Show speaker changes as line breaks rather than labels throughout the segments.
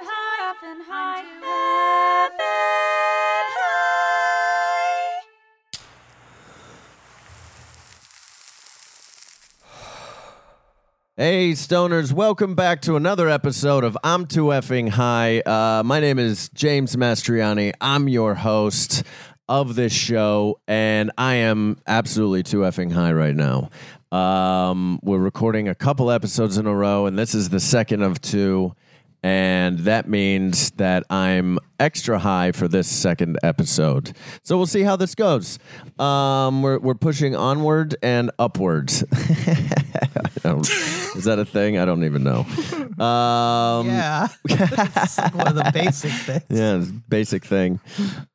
heaven high. Heaven high.
Hey, stoners, welcome back to another episode of I'm Too Effing High. Uh, my name is James Mastriani. I'm your host of this show, and I am absolutely too effing high right now. Um, we're recording a couple episodes in a row, and this is the second of two. And that means that I'm extra high for this second episode. So we'll see how this goes. Um, we're, we're pushing onward and upward. Um, is that a thing? I don't even know. Um,
Yeah. it's like one of the basic things.
yeah, it's a basic thing.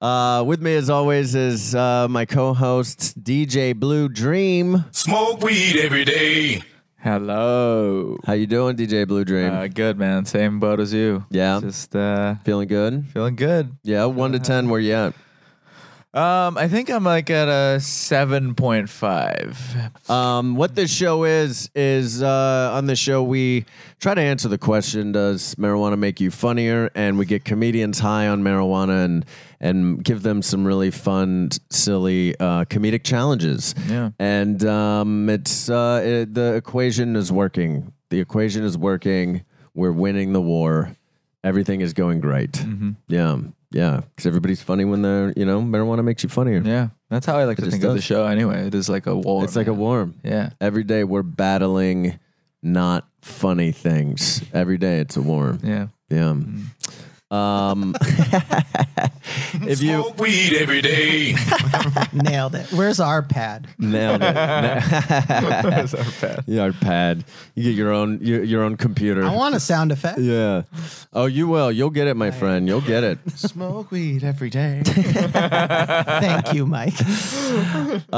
Uh, with me, as always, is uh, my co-host DJ Blue Dream.
Smoke weed every day.
Hello.
How you doing, DJ Blue Dream?
Uh, good man. Same boat as you.
Yeah.
Just uh,
Feeling good?
feeling good.
Yeah, one to ten. Where you at?
Um, I think I'm like at a seven point five.
Um, what this show is is uh, on this show we try to answer the question: Does marijuana make you funnier? And we get comedians high on marijuana and and give them some really fun, silly, uh, comedic challenges.
Yeah.
And um, it's uh, it, the equation is working. The equation is working. We're winning the war. Everything is going great.
Mm-hmm.
Yeah, yeah. Because everybody's funny when they're you know marijuana makes you funnier.
Yeah, that's how I like to
just
think of the
does.
show. Anyway, it is like a war.
It's like a
man.
war.
Yeah.
Every day we're battling not funny things. Every day it's a war.
Yeah.
Yeah. Um, if you
Smoke weed every day.
Nailed it. Where's our pad?
nailed it,
That's our bad.
your pad, you get your own your, your own computer.
I want a sound effect.
yeah. Oh, you will. You'll get it, my friend. You'll get it.
Smoke weed every day.
Thank you, Mike.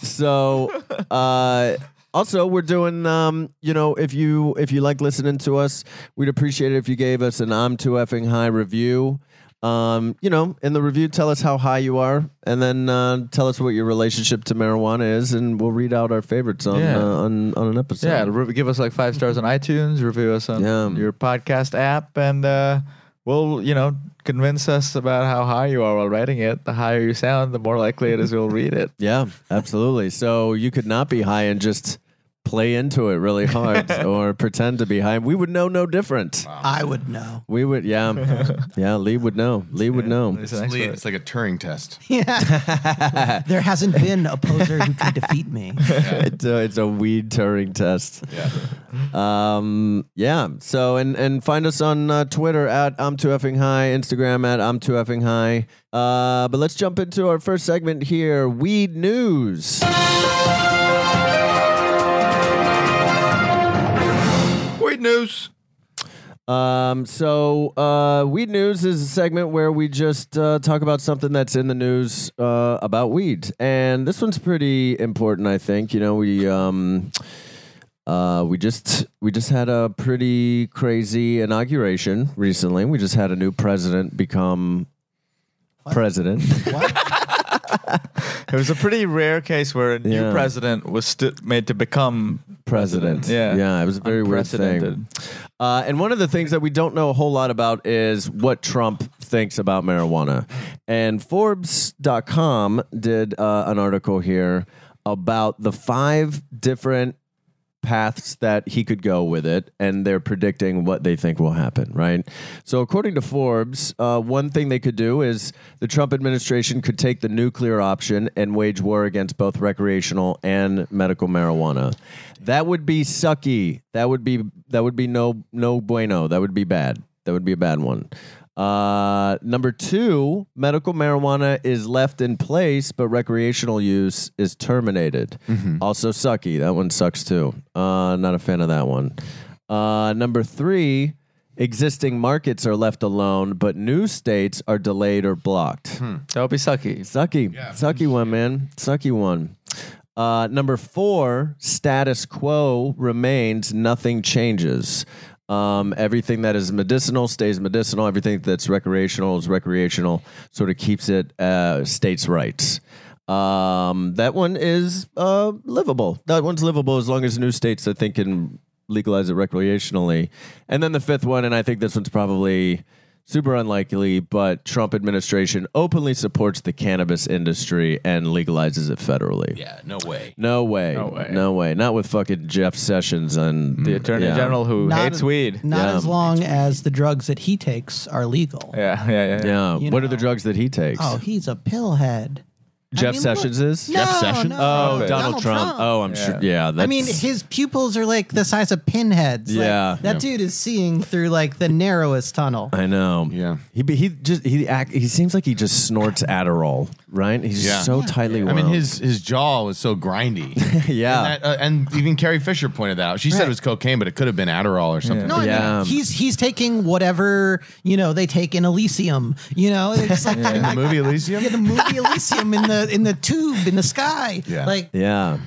So, uh, also we're doing, um, you know, if you if you like listening to us, we'd appreciate it if you gave us an "I'm too effing high" review. Um, you know, in the review, tell us how high you are, and then uh, tell us what your relationship to marijuana is, and we'll read out our favorites on
Yeah.
uh, on on an episode.
Yeah. re- Give us like five stars on iTunes. Review us on
Yeah.
your podcast app, and uh, we'll you know convince us about how high you are while writing it. The higher you sound, the more likely it is we'll read it.
Yeah, absolutely. So you could not be high and just play into it really hard or pretend to be high. We would know no different.
I would know.
We would, yeah, yeah. Lee would know. Lee would know.
It's an expert.
It's like a Turing test.
Yeah. there hasn't been a poser who can defeat me.
it's a, it's a weed Turing test.
Yeah.
Um, yeah. So and and find us on uh, Twitter at I'm too effing high, Instagram at I'm too effing high. Uh, but let's jump into our first segment here: weed news.
Weed news.
Um, so uh, weed news is a segment where we just uh, talk about something that's in the news uh, about weed, and this one's pretty important, I think. You know, we um, uh, we just we just had a pretty crazy inauguration recently. We just had a new president become president.
It was a pretty rare case where a new
Yeah.
president was st- made to become
president.
Yeah,
yeah, it was a very weird
Unprecedented.
thing. Uh, and one of the things that we don't know a whole lot about is what Trump thinks about marijuana. And Forbes.com did uh, an article here about the five different paths that he could go with it, and they're predicting what they think will happen, right? So, according to Forbes, uh, one thing they could do is the Trump administration could take the nuclear option and wage war against both recreational and medical marijuana. That would be sucky. That would be that would be no no bueno. That would be bad. That would be a bad one. Uh, number two, medical marijuana is left in place, but recreational use is terminated. Also, sucky. That one sucks too. Uh, not a fan of that one. Uh, number three, existing markets are left alone, but new states are delayed or blocked.
That would be sucky.
Sucky. Sucky one, man. Sucky one. Uh, number four, status quo remains, nothing changes. Um, everything that is medicinal stays medicinal. Everything that's recreational is recreational. Sort of keeps it uh, states' rights. Um, that one is uh, livable. That one's livable as long as new states, I think, can legalize it recreationally. And then the fifth one, and I think this one's probably super unlikely, but Trump administration openly supports the cannabis industry and legalizes it federally.
Yeah, no way.
No way. No
way.
No way. Not with fucking Jeff Sessions and
The attorney
Yeah.
general who
Not
hates
as-
weed.
Not
Yeah.
as long as the drugs that he takes are legal.
Yeah, yeah, yeah.
Yeah.
You
what are
know.
the drugs that he takes?
Oh, he's a pillhead.
Jeff
I mean,
Sessions
look-
is?
No,
Jeff Sessions?
no,
Oh,
no,
Donald, Trump. Oh, I'm sure. Yeah. That's,
I mean, his pupils are like the size of pinheads. Like,
Yeah.
that dude is seeing through like the narrowest tunnel.
I know.
Yeah.
He be- he just he act, he seems like he just snorts Adderall, right? He's
Yeah.
so
Yeah.
tightly
I
wound.
mean, his his jaw was so grindy.
yeah.
And, that, uh, and even Carrie Fisher pointed that out. She said it
Right.
was cocaine, but it could have been Adderall or something.
No, I
Yeah.
mean, he's he's taking whatever you know they take in Elysium. You know, it's like
In the movie Elysium,
the movie Elysium in the in the tube in the sky.
Yeah.
Like
yeah.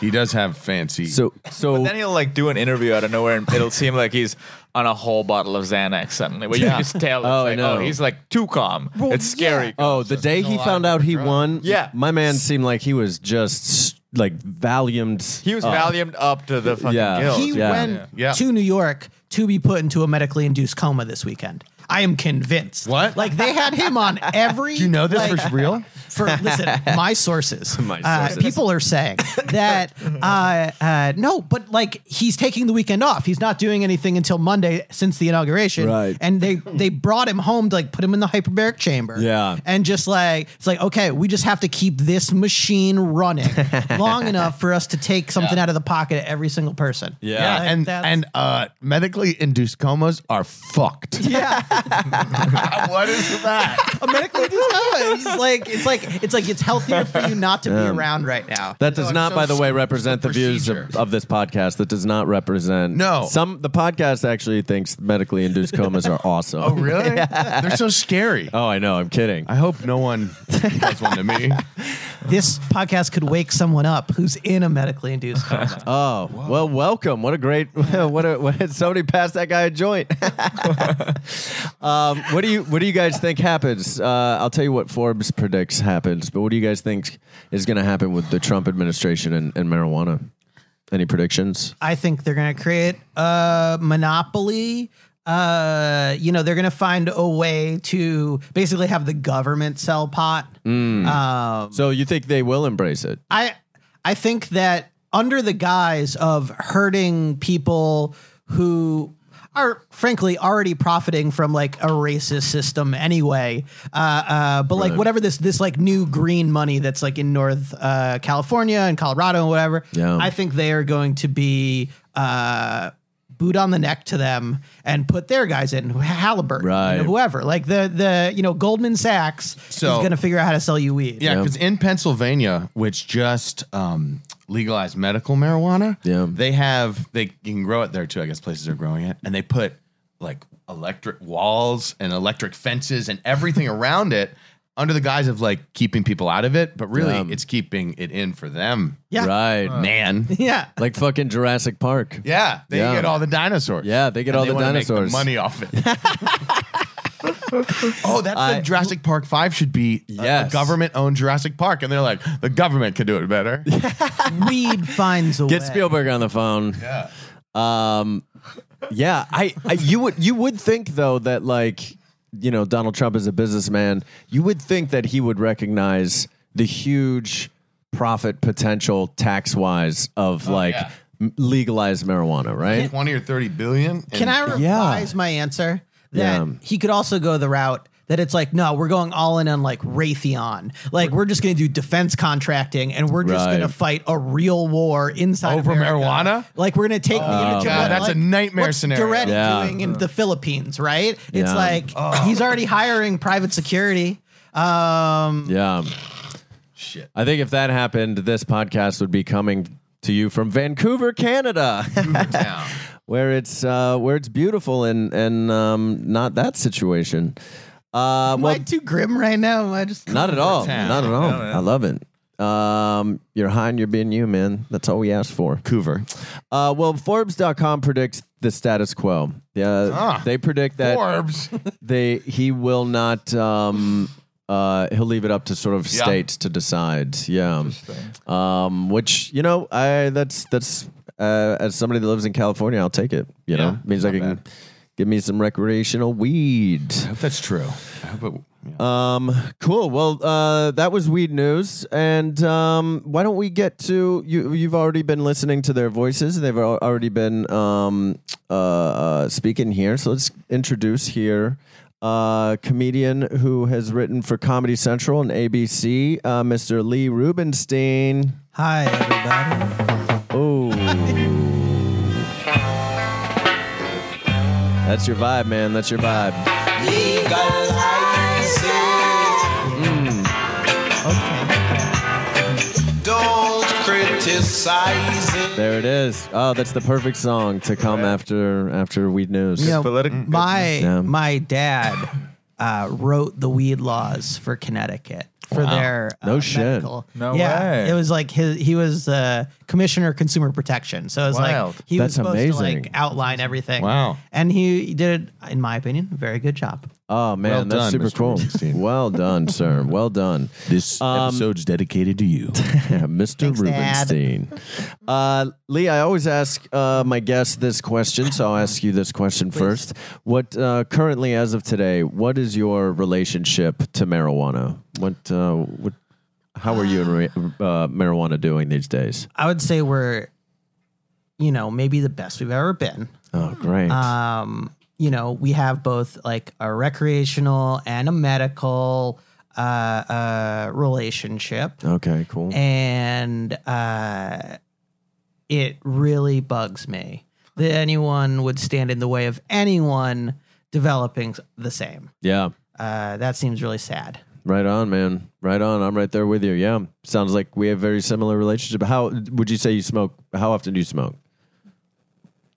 he does have fancy.
So so
Then he'll like do an interview out of nowhere, and it'll seem like he's on a whole bottle of Xanax suddenly. But you can just tell. It's
Oh, I
like,
know.
oh, he's like too calm. it's scary.
Oh, the day he found out he won,
Yeah.
my man seemed like he was just like valiant.
He was
up.
valiant up to the fucking
Oh. Yeah.
gills.
he
yeah.
went
Yeah.
to New York to be put into a medically induced coma this weekend. I am convinced.
What?
Like they had him on every.
Do you know this
like,
for real?
for listen, my sources,
My
uh,
sources.
people are saying that
Mm-hmm.
uh, uh, no, but like he's taking the weekend off. He's not doing anything until Monday since the inauguration,
Right.
And they they brought him home to like put him in the hyperbaric chamber,
Yeah.
and just like it's like okay, we just have to keep this machine running long enough for us to take something out of the pocket of every single person.
Yeah.
Like,
and
that's-
and uh, medically induced comas are fucked.
yeah.
what is that?
A medically induced coma. It's like it's like it's like it's healthier for you not to be around right now.
That does
No,
not,
so
by the way,
stupid
represent the views of,
procedure.
of this podcast. That does not represent.
No.
Some the podcast actually thinks medically induced comas are awesome.
Oh, really? They're so scary.
Oh, I know. I'm kidding.
I hope no one does one to me.
this podcast could wake someone up who's in a medically induced coma.
Oh, well, welcome. What a great. What a. What, somebody passed that guy a joint. um, what do you What do you guys think happens? Uh, I'll tell you what Forbes predicts happens, but what do you guys think is going to happen with the Trump administration and, and marijuana? Any predictions?
I think they're going to create a monopoly. Uh, you know, they're going to find a way to basically have the government sell pot. Um,
So you think they will embrace it?
I I think that under the guise of hurting people who are frankly already profiting from like a racist system anyway. Uh, uh, but like whatever this this like new green money that's like in North uh, California and Colorado and whatever.
Yeah.
I think they are going to be uh, boot on the neck to them and put their guys in Halliburton,
Right.
and whoever. Like the the you know Goldman Sachs
So-
is going to figure out how to sell you weed.
Yeah, because in Pennsylvania, which just um, legalized medical marijuana,
Yeah.
they have they can grow it there too. I guess places are growing it, and they put like electric walls and electric fences and everything around it under the guise of like keeping people out of it, but really
Yeah.
it's keeping it in for them.
Yeah.
Right,
man.
Yeah.
like fucking Jurassic Park.
Yeah, they
Yeah.
get all the dinosaurs.
Yeah, they get
And
all
they
the
wanna make
dinosaurs.
money off it. oh, that's
I-
what Jurassic Park Five should be. a- a,
Yes.
government-owned Jurassic Park, and they're like, the government could do it better.
Weed finds a
Get
way.
Spielberg on the phone.
Yeah.
Um, yeah, I, I you would you would think though that like you know Donald Trump is a businessman. You would think that he would recognize the huge profit potential tax wise of like
Oh, yeah.
m- legalized marijuana, right?
Twenty or thirty billion. and-
Can I
Yeah.
revise my answer?
Yeah.
That he could also go the route that it's like, no, we're going all in on like Raytheon. Like we're just going to do defense contracting and we're just
Right.
going to fight a real war inside
Over
America.
marijuana? Oh,
Like we're going to take the image of
God,
what,
that's a
like,
nightmare
what's
scenario.
Duretti
Yeah.
doing in the Philippines, right? It's
Yeah.
like
Oh.
he's already hiring private security. Um,
Yeah. Shit. I think if that happened, this podcast would be coming to you from Vancouver, Canada. where it's uh, where it's beautiful and and um, not that situation. Uh,
am
well,
I too grim right now? Am I just
Not at all.
town.
Not at all. I love it. Um, you're high and you're being you, man. That's all we asked for.
Vancouver.
Uh, well, Forbes.com predicts the status quo. Yeah,
Ah.
they predict that
Forbes.
they he will not. Um, uh, he'll leave it up to sort of
Yeah.
states to decide. Yeah. Um, which you know, I that's that's uh, as somebody that lives in California, I'll take it. You know,
Yeah,
means I can Give me some recreational weed.
I hope that's true. I hope it, yeah.
Um, cool. Well, uh, that was weed news, and um, why don't we get to you? You've already been listening to their voices, and they've al- already been um, uh, uh, speaking here. So let's introduce here uh, comedian who has written for Comedy Central and ABC, uh, Mr. Lee Rubenstein.
Hi, everybody.
Oh, that's your vibe, man. That's your vibe.
Okay.
Don't criticize it.
There it is. Oh, that's the perfect song to come after after weed news.
You know,
Politi-
my
Yeah.
my dad uh, wrote the weed laws for Connecticut for their uh,
No shit.
medical-
No
yeah,
way.
It was like his he was the commissioner of consumer protection, so it was
Wild.
like he
That's
was supposed to
amazing.
like outline everything.
Wow.
and he did, in my opinion, a very good job.
Oh man,
Well
that's
done,
super
Mr.
cool.
Rubenstein.
Well done, sir. Well done,
This episode's dedicated to you.
Mr.
Thanks, Dad.
Rubenstein. Uh, Lee, I always ask uh, my guests this question, so I'll ask you this question first. What uh, currently, as of today, what is your relationship to marijuana? What, uh, what, how are you and ra- uh, marijuana doing these days?
I would say we're, you know, maybe the best we've ever been.
Oh, great.
um, you know, we have both like a recreational and a medical uh, uh, relationship,
okay, cool.
and uh, it really bugs me that anyone would stand in the way of anyone developing the same.
Yeah.
Uh, that seems really sad.
Right on, man. Right on. I'm right there with you. Yeah. Sounds like we have very similar relationship. How would you say you smoke? How often do you smoke?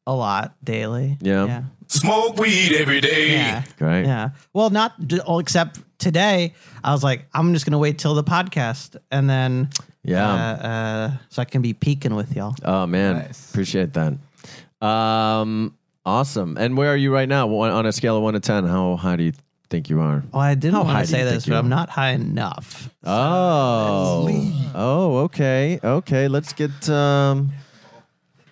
A lot daily.
Yeah.
Yeah.
Smoke weed every day.
Yeah.
Great.
Yeah. Well, not d- all except today. I was like, I'm just gonna wait till the podcast, and then
Yeah.
uh, uh, so I can be peeking with y'all.
Oh man,
Nice.
appreciate that. Um, awesome. And where are you right now? One- On a scale of one to ten, how high do you think you are?
Well, Oh, I didn't want
high
to
do
say
you
this,
think you
but
are?
I'm not high enough.
Oh, oh, okay, okay. Let's get. Um,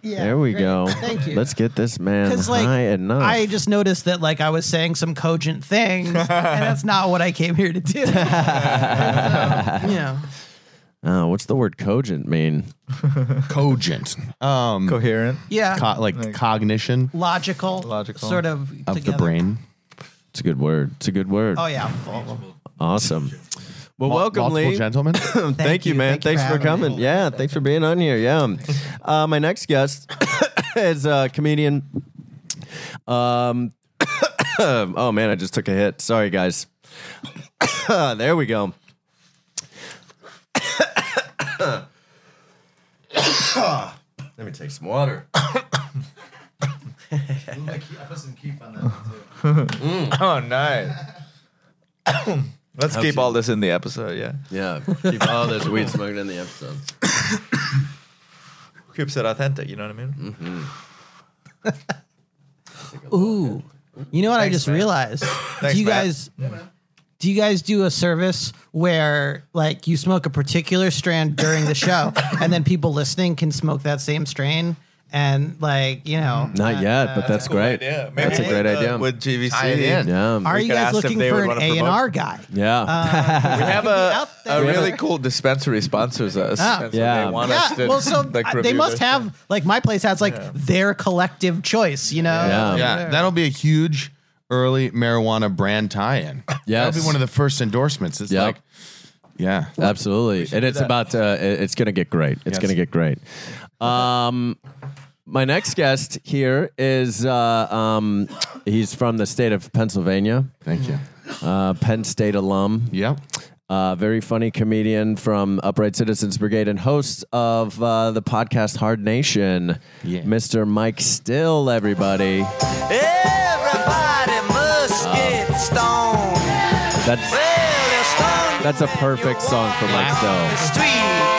Yeah,
there we go.
Thank you.
Let's get this man
Because like
high enough.
I just noticed that like I was saying some cogent things, and that's not what I came here to do. so, yeah.
oh, what's the word cogent mean?
Cogent. Um,
coherent.
Yeah.
co- like cognition
logical.
Logical.
Sort of
of
together.
the brain.
It's a good word. It's a good word.
Oh yeah. full.
Awesome. Well,
Mul-
welcome,
multiple
Lee.
gentlemen.
Thank, you,
you.
man.
Thank you
thanks
for
for,
having me.
coming. Yeah, thanks for being on here. Yeah. Uh, my next guest is a comedian. Um, oh, man, I just took a hit. Sorry, guys. there we go. Let me take some water.
Oh, nice. Let's keep all this in the episode. Yeah,
Yeah, keep all this weed smoking in the episode.
keeps it authentic. You know what I mean?
Mm.
Ooh. You know what I just
man.
realized?
Thanks,
do you
Matt.
guys do you guys do a service where like you smoke a particular strand during the show and then people listening can smoke that same strain and like, you know,
Not yet,
Uh,
but that's, great.
Yeah, maybe
That's a great
with, uh,
idea.
With
Tie it
GVC,
in.
yeah.
are
We
you
could
guys
ask if
looking
they
for
would
an
wanna
A and
promote.
R guy?
yeah.
we have a,
out there.
a really cool dispensary sponsors us.
Ah.
and so
Yeah.
they want us
Yeah,
to,
well, so
like,
uh, they
review
must
this
have
thing.
like my place has like their collective choice, you know?
Yeah.
Yeah, that'll be a huge early marijuana brand tie-in.
Yes.
that'll be one of the first endorsements. It's
Yep.
like, yeah,
Absolutely, and it's about to, it- it's going to get great. It's
Yes.
going to get great. Um, my next guest here is uh, um, he's from the state of Pennsylvania,
thank you.
uh, Penn State alum.
Yep.
Uh, very funny comedian from Upright Citizens Brigade and host of uh, the podcast Hard Nation,
Yeah.
Mr. Mike Still, everybody.
Everybody must get stoned.
That's
Well, they're stoned
that's a perfect song for Mike Still.
the street.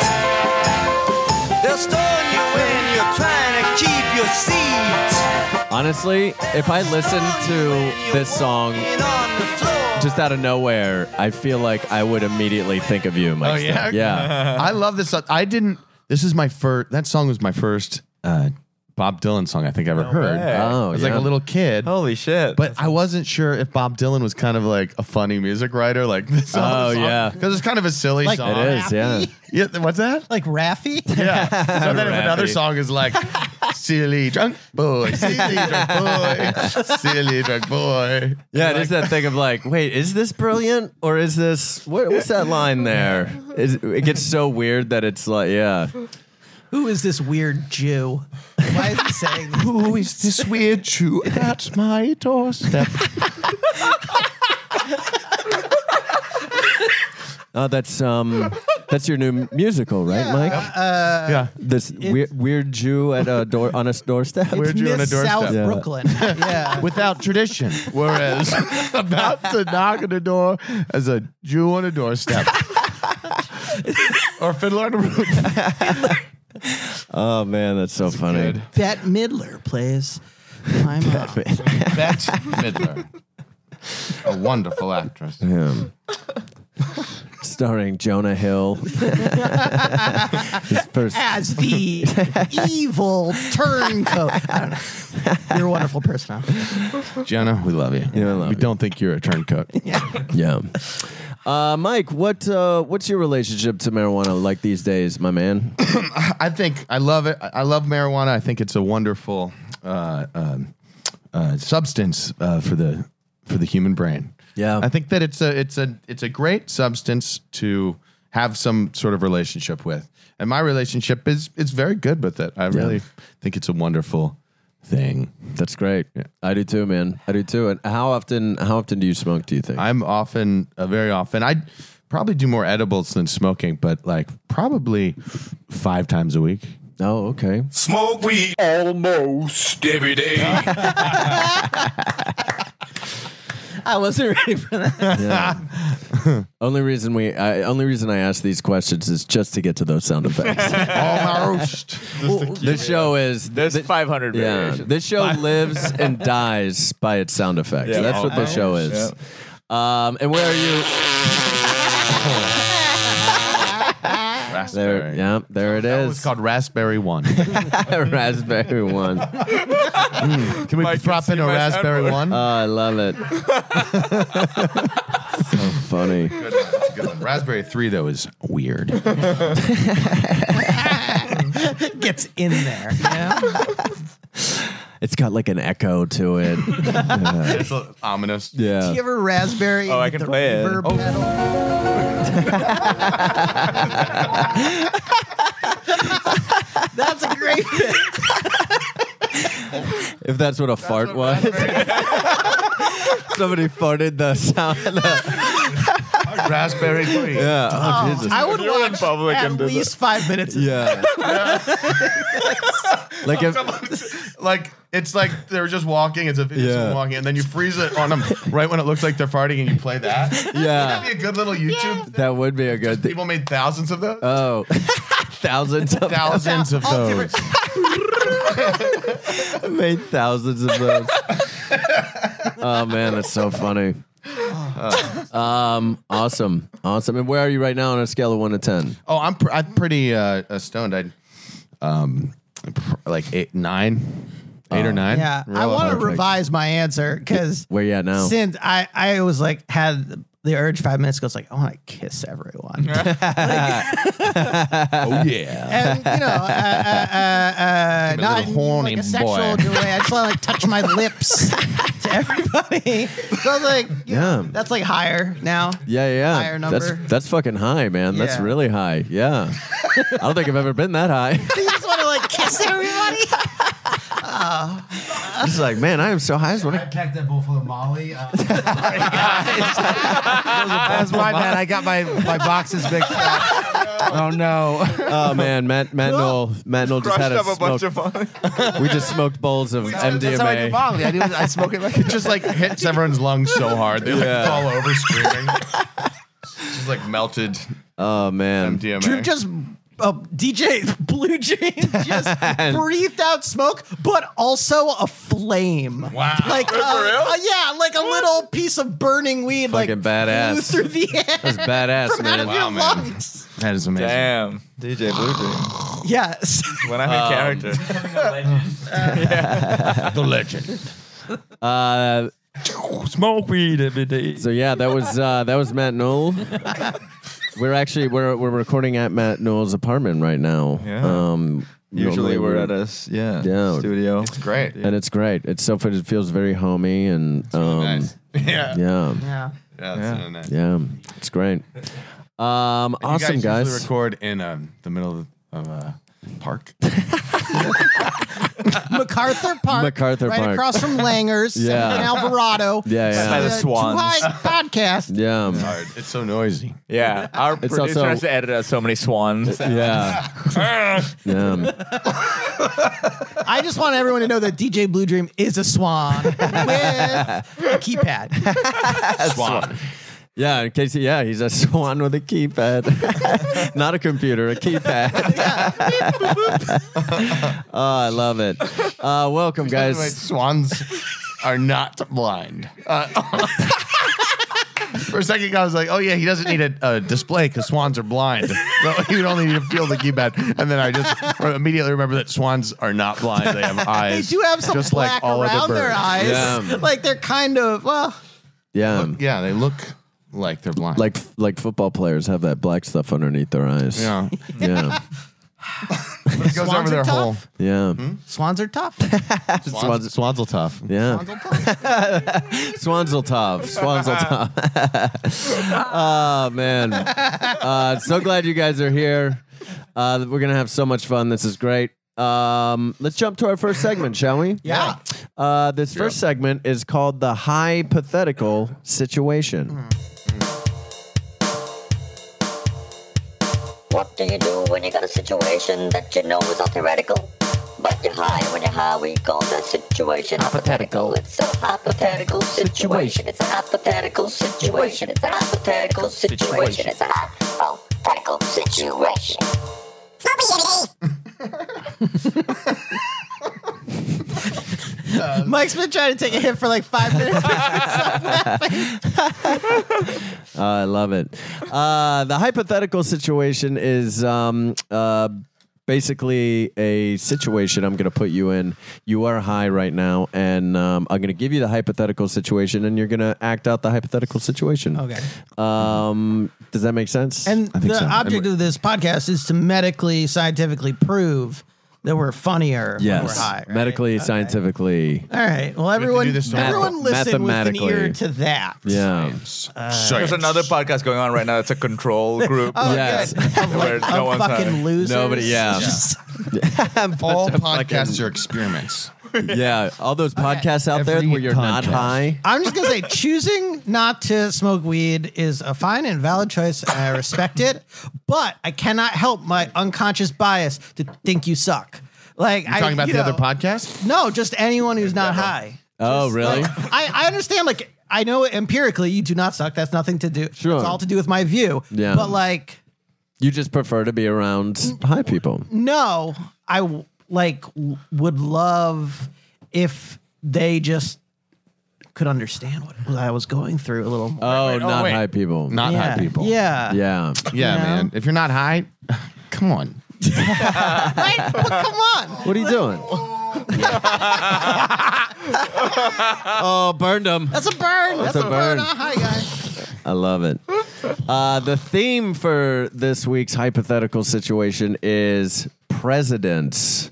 They'll stone you when you're trying to keep your seat.
Honestly, if I listen to this song
And on the floor.
just out of nowhere, I feel like I would immediately think of you, Mike.
Oh,
Still.
yeah? I love this. song. I didn't. This is my first. That song was my first uh, Bob Dylan song I think I ever heard.
way.
Oh,
I was like
yeah.
a little kid.
Holy shit!
But I wasn't sure if Bob Dylan was kind of like a funny music writer, like this.
Oh, yeah.
because it's kind of a silly
Like-
song.
It is, yeah.
Yeah, th- what's that?
Like Raffy?
Yeah. so then if another
Rappy.
song is like silly drunk boy, silly drunk boy, silly drunk boy.
Yeah, it is that thing of like, wait, is this brilliant or is this what, what's that line there? Is, it gets so weird that it's like, yeah,
Who is this weird Jew? Why is he saying
Who is this weird Jew at my doorstep?
oh, that's um, that's your new musical, right, Mike?
yeah.
this weird, weird Jew at a door on a doorstep.
Weird Jew on a
Miss South
doorstep.
Yeah.
Brooklyn? Yeah.
Without tradition, whereas about to knock at the door as a Jew on a doorstep. or fiddler on the roof.
Oh man, that's so funny.
good.
Bette Midler plays my mom.
Bet Midler. A wonderful actress.
Him. Starring Jonah Hill. His first
As the evil turncoat. I don't know. You're a wonderful person. Al.
Jenna, we love you.
Yeah, I love
we
you.
don't think you're a turncoat.
Yeah. Uh, Mike, what uh, what's your relationship to marijuana like these days, my man?
I think I love it. I I love marijuana. I think it's a wonderful uh, um, uh, substance uh, for the for the human brain.
Yeah.
I think that it's a it's a it's a great substance to have some sort of relationship with, and my relationship is it's very good with it. I really think it's a wonderful thing.
That's great. I do too, man. I do too. And how often how often do you smoke, do you think?
I'm often, uh, very often, I probably do more edibles than smoking, but like probably five times a week.
oh, okay.
Smoke weed almost every day. Oh,
I wasn't ready for that.
Only reason we I, only reason I ask these questions is just to get to those sound effects.
Almost.
this show is
there's
thi-
500
Yeah,
variations.
this show lives and dies by its sound effects.
Yeah.
That's what this show is. Um, and where are you? There,
Raspberry.
yeah, there it
That was
is.
called Raspberry One.
Raspberry one. Oh,
Can we drop in a Raspberry One?
I love it. so funny.
That's a good one. Raspberry Three though is weird.
Gets in there. you know?
It's got like an echo to it.
it's a- ominous.
Do
Yeah.
you ever raspberry?
Oh, I
with
can
the
play it.
reverb pedal? That's a great bit.
If that's what a fart was. Somebody farted the sound.
Raspberry Three.
yeah. Oh, Jesus.
I would
You're in
watch
public
at
and do
least five minutes. of
yeah. like if
Like it's like they're just walking. It's a video
Yeah.
someone walking, and then you freeze it on them right when it looks like they're farting, and you play that.
yeah,
That'd be a good little YouTube.
that would be a good. thing.
People made thousands of those.
Oh, thousands of
Uh, thousands of
all
those.
different-
made thousands of those. oh man, that's so funny. Um, awesome, awesome. And where are you right now on a scale of one to ten?
Oh, I'm pr- I'm pretty uh, uh, stoned. I, um, pr- like eight, nine, eight or nine.
Yeah, I
Real
want to
hard.
revise my answer because
Where you at now?
since I I was like had the urge five minutes ago, it's like I want to kiss everyone.
Oh yeah.
and you know, uh, uh, uh, uh,
a
not
little
in,
horny
like a sexual
boy.
way. I just want to like touch my lips to everybody. So I was like,
Yeah.
yeah, that's like higher now.
Yeah, yeah.
Higher number.
That's that's fucking high, man. That's
Yeah.
really high. Yeah. I don't think I've ever been that high.
You just want to like kiss everybody.
It's like, man, I am so high. I just want to.
packed that bowl full of Molly. Uh,
That's my bad. I got my
my box is big. oh no!
Oh man, Matt Matt Noel Matt Noel just had a, smoke.
bunch of.
we just smoked bowls of
That's how I do
MDMA.
Molly. I do. I smoke it like
It just like hits everyone's lungs so hard they like
Yeah.
fall over screaming. Just like melted
Oh man.
MDMA.
Drew just. Uh, DJ Blue Jeans just breathed out smoke, but also a flame.
Wow.
Like, uh, uh, yeah, like a little piece of burning weed,
Fucking
like flew
badass.
through the air
That's badass,
from out
man.
of
Wow,
your
man.
lungs.
that is amazing.
Damn, DJ Blue Dream.
Yes.
When I'm in character.
the legend.
Uh,
Smoke weed every day.
so yeah, that was uh, that was Matt Newell. we're actually we're we're recording at Matt Newell's apartment right now.
Yeah.
Um,
Usually
normally
we're at a s- yeah,
Yeah.
studio.
It's great.
and it's great. It's so it feels very homey and um,
nice. Yeah. Yeah.
yeah,
Yeah.
That's
Yeah.
really nice.
yeah, it's great. Um,
You
awesome
guys. usually
guys.
record in um, the middle of of uh, park.
MacArthur Park.
MacArthur
right
Park.
across from Langer's
Yeah.
in Alvarado.
Yeah, yeah. By
the
Uh, Two
Swans.
Eyes podcast.
yeah,
Hard. It's so noisy.
Yeah, our
It's producer also- has to
edit out so many swans.
yeah, yeah.
I just want everyone to know that DJ Blue Dream is a swan with a keypad.
Swan.
Yeah, in case yeah, he's a swan with a keypad, not a computer, a keypad. oh, I love it. Uh, welcome,
Wait,
guys.
swans are not blind. Uh, for a second, I was like, "Oh yeah, he doesn't need a, a display because swans are blind. No, he would only need to feel the keypad." And then I just immediately remember that swans are not blind; they have
They
eyes.
do have some
Just like
black
all other
around their
birds.
eyes.
Yeah.
Like they're kind of, well,
Yeah,
yeah, they look like they're blind.
like like football players have that black stuff underneath their eyes.
yeah,
yeah,
it goes
Swans
over
are
their
tough.
whole.
yeah.
swans are tough.
Swans, swans are tough.
yeah.
Swans are tough.
Swanseltov. Swanseltov. oh, man. Uh, so glad you guys are here. Uh, we're going to have so much fun. This is great. Um, let's jump to our first segment, shall we?
Yeah.
Uh, this first segment is called The Hypothetical Situation.
What do you do when you got a situation that you know is all theoretical? But you're high when you're high, we call that situation hypothetical. It's a hypothetical situation. It's a hypothetical situation. It's a hypothetical situation. It's a hypothetical situation.
Mike's been trying to take a hit for like five minutes.
Uh, I love it. Uh, the hypothetical situation is um, uh, basically a situation I'm going to put you in. You are high right now, and um, I'm going to give you the hypothetical situation, and you're going to act out the hypothetical situation.
Okay.
Um, does that make sense?
And
think
the
so.
object of this podcast is to medically, scientifically prove that we're funnier when we're
yes,
high. right? Uh,
medically, scientifically.
All right. Well, everyone,
do this to
everyone
math-
listen with an ear
mathematically.
to that.
Yeah.
Uh,
There's another podcast going on right now. It's a control group.
yes.
Oh, Of, like,
Where no
of
one's
fucking
high.
losers.
Nobody- yeah.
Just-
All podcasts are experiments.
yeah. All those podcasts out there where you're not high.
I'm just gonna say, choosing not to smoke weed is a fine and valid choice, and I respect it. But I cannot help my unconscious bias to think you suck. Like I,
Talking about
you
the other
know-
podcast.
No, just anyone who's not high.
Oh, really?
I, I understand. Like I know empirically, you do not suck. That's nothing to do.
Sure.
It's all to do with my view.
Yeah.
But like,
You just prefer to be around high people.
no, I w- like w- would love if they just could understand what I was going through a little more.
Oh,
wait, oh,
not
wait.
high people.
Not
yeah.
high people.
Yeah.
Yeah.
Yeah,
You know?
man. If you're not high, come on.
Right? Well, come on.
What are you doing? oh, burned him.
That's a burn. That's,
a
a,
burn.
burn. Ah, hi, guys.
I love it. Uh, the theme for this week's hypothetical situation is presidents.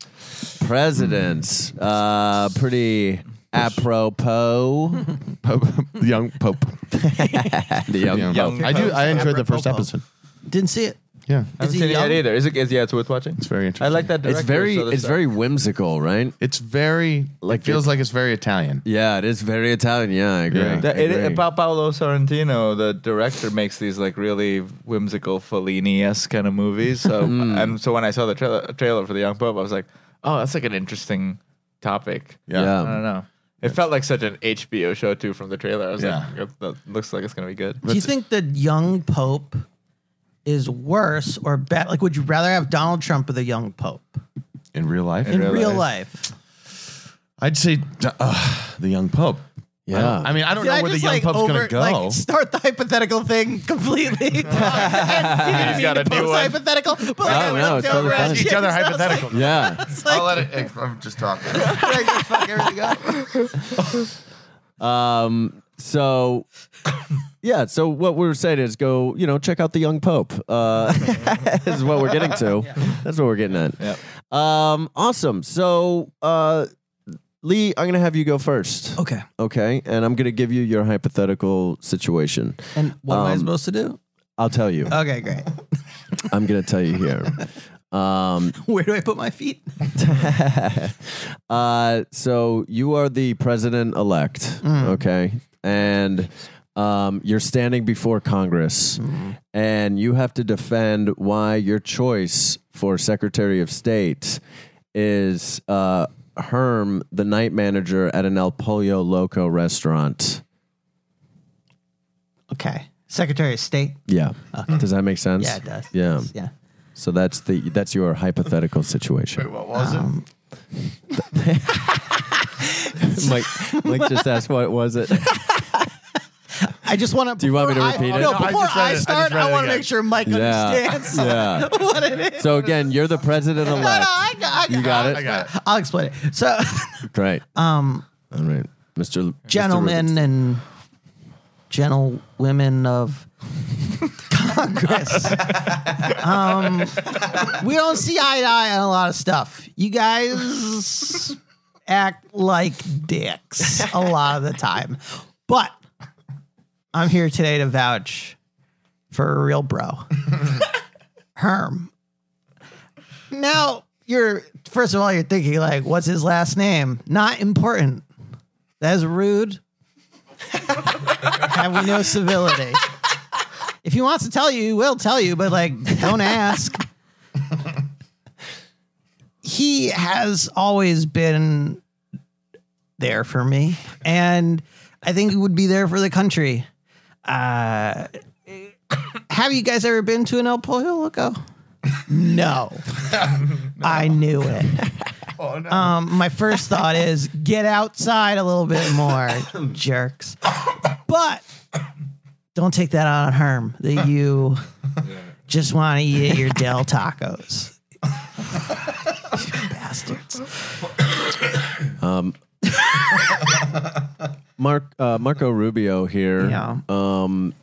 Presidents. Uh, pretty apropos.
Pope, the young Pope.
The young,
Young
Young
Pope. I do. I enjoyed the first
Pope.
episode.
Didn't see it.
Yeah,
I haven't
Is he
seen it yet
young?
either. Is it? Is, yeah, it's worth watching. It's
very
I
interesting.
like that.
It's
director,
very,
so this
it's
stuff.
very whimsical, right?
It's very
Like
like it feels
it-
like it's very Italian.
Yeah, it is very Italian. Yeah, I agree.
Yeah.
The, it,
Agree.
it, Pa- Paolo Sorrentino, the director, makes these like really whimsical Fellini-esque kind of movies. So
Hmm.
and so when I saw the trailer, trailer for the Young Pope, I was like, oh, that's like an interesting topic. I
yeah.
don't know. It felt like such an HBO show too from the trailer. I was
Yeah.
like, "Yep, that looks like it's gonna be good.
Do you think the young pope is worse or bad? Like, would you rather have Donald Trump or the young pope
In real life,
in
real
real
life.
life?
I'd say uh, the young Pope.
Yeah.
I mean, I don't
Did
know
I
where the
just,
young
like,
pub's
over-
gonna go.
Like, start the hypothetical thing completely. and
He's got a new
post
one.
hypothetical, but like,
I
I
don't know,
looked
it's
over at
totally
Each
Jim,
other
so I was like,
hypothetical.
yeah.
I'll let it. I'm just talking. fuck everything up.
Um, so yeah, so what we're saying is go, you know, check out the young pope. Uh, is what we're getting to. That's what we're getting at. Um, awesome. So uh, Lee, I'm gonna have you go first.
Okay.
Okay, and I'm gonna give you your hypothetical situation.
And what am I
Um,
supposed to do?
I'll tell you.
Okay, great.
I'm gonna tell you here. Um,
Where do I put my feet?
uh, so you are the president elect,
Mm.
okay, and um, you're standing before Congress,
Mm-hmm.
and you have to defend why your choice for Secretary of State is uh, Herm, the night manager at an El Pollo Loco restaurant.
Okay. Secretary of State.
Yeah, does that make sense?
Yeah, it does.
Yeah,
Yeah.
so that's the that's your hypothetical situation.
What was it?
Mike, Mike just asked what was it.
I just want to. Do
you want me to repeat it?
No,
No, I
before
just read
I,
it. I just
start,
read
I,
it
want to
again.
make sure Mike understands
Yeah.
what it is.
So again, you're the president
no, no,
elect.
I, got- I,
You got it.
I got it.
I'll explain it. So,
Great.
um,
All right, Mr. L- Mr.
gentlemen
Rubinstein.
and gentlewomen of Congress, um, we don't see eye to eye on a lot of stuff. You guys act like dicks a lot of the time, but I'm here today to vouch for a real bro, Herm. Now. You're first of all, you're thinking like, what's his last name? Not important. That is rude. Have we no civility? If he wants to tell you, he will tell you, but like, don't ask. He has always been there for me, and I think he would be there for the country. Uh, have you guys ever been to an El Pollo Loco? No. I knew it. Um, my first thought is get outside a little bit more, jerks. But don't take that on Herm that you just want to eat your Del tacos. You Bastards.
Mark uh, Marco Rubio here.
Yeah.
Um,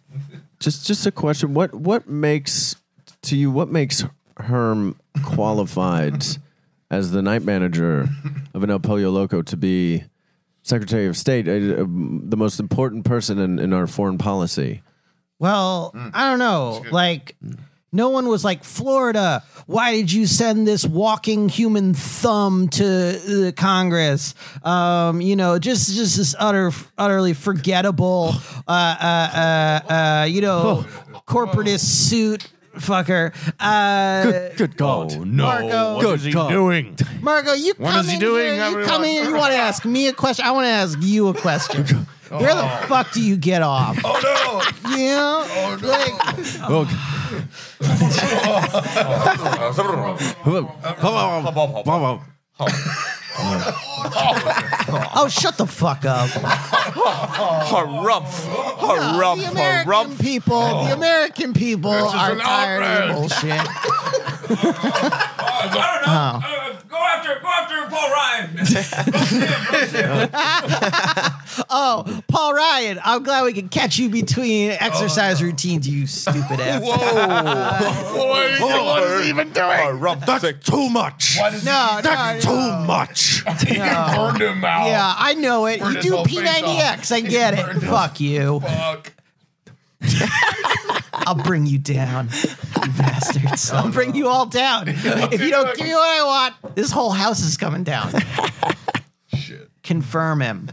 just just a question. What what makes to you? What makes Herm qualified as the night manager of an El Pollo Loco to be Secretary of State, uh, uh, the most important person in, in our foreign policy?
Well,
Mm.
I don't know. Like, no one was like, Florida, why did you send this walking human thumb to the Congress? Um, you know, just just this utter, utterly forgettable, uh, uh, uh, uh, you know, corporatist suit fucker. Uh,
Good God!
Oh, No.
Marco.
What
Good
is he
God.
doing?
Margo, you
What
come
is he
in
doing,
here. You
everyone?
come in here. You want to ask me a question? I want to ask you a question. Where
Oh.
the fuck do you get off? Oh no! You know, like Oh, shut the fuck up.
Harumph.
No,
Harumph.
the American
Harumph.
people, the American people are
Oh. an
tired of bullshit.
Oh.
Uh, Go after, go after Paul Ryan.
Oh, Paul Ryan, I'm glad we could catch you between
Oh,
exercise routines, you stupid ass.
What is he even doing?
Too much.
No, no, no.
much.
Burned him out.
Yeah, I know it. You
his
do
whole face
P90X. I get it. Fuck you.
Fuck.
I'll bring you down, you bastards. I'll bring you all down. If you don't give me what I want, this whole house is coming down.
Shit.
Confirm him.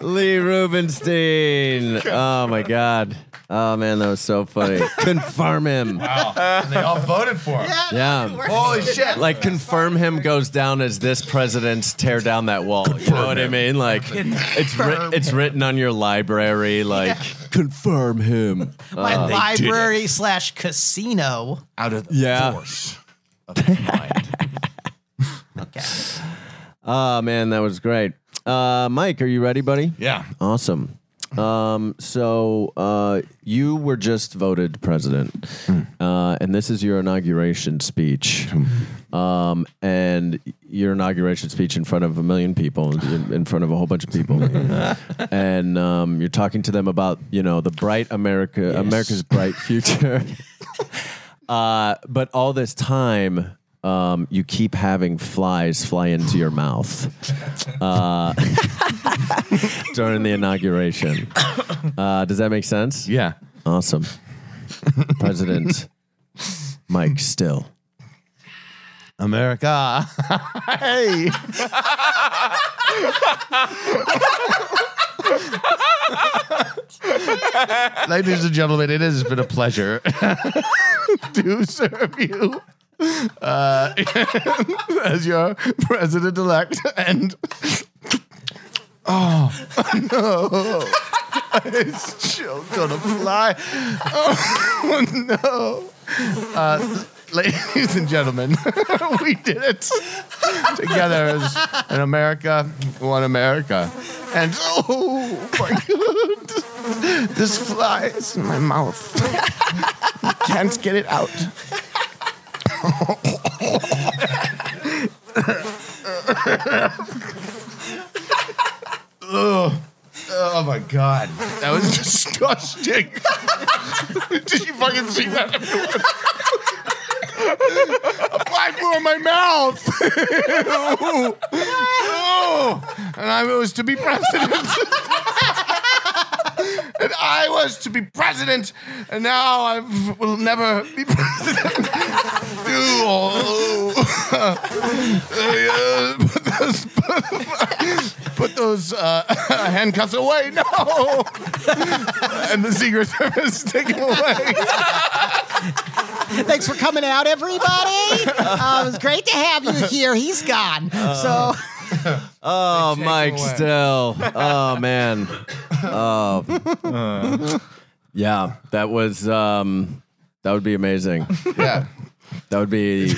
Lee Rubenstein. Oh my God. Oh man, that was so funny. Confirm him.
And they all voted for him.
Yeah.
Holy shit.
Like confirm him goes down as this president's tear down that wall. You know what I mean? Like it's writ- it's written on your library. Like confirm him.
Oh,
My library slash casino.
out of the
Yeah.
force of his mind.
Okay.
Oh man, that was great. Uh, Mike, are you ready, buddy?
Yeah.
Awesome. Um, so uh, you were just voted president, uh, and this is your inauguration speech. Um, and your inauguration speech in front of a million people, in, in front of a whole bunch of people, and um, you're talking to them about you know the bright America, America's bright future. uh, but all this time. Um, you keep having flies fly into your mouth uh, during the inauguration. Uh, does that make sense?
Yeah.
Awesome. President Mike Still.
America. hey. Ladies and gentlemen, it has been a pleasure to serve you uh, as your president elect. And oh, no, it's still gonna fly. Oh, no. Ladies and gentlemen, we did it together as an America, one America. And oh my God, this fly is in my mouth. Can't get it out. Ugh. Oh my God, that was disgusting. Did you fucking see that? I blew in my mouth. Ew. Ew. And I was to be president. and I was to be president. And now I will never be president. Ew. Uh, put those, put those uh, handcuffs away. No. and the Secret Service take them away.
Thanks for coming out, everybody. Uh, it was great to have you here. He's gone.
Uh.
so
Oh, Mike
away.
Still. Oh man. Uh. Oh. yeah, that was um, that would be amazing.
Yeah.
That would be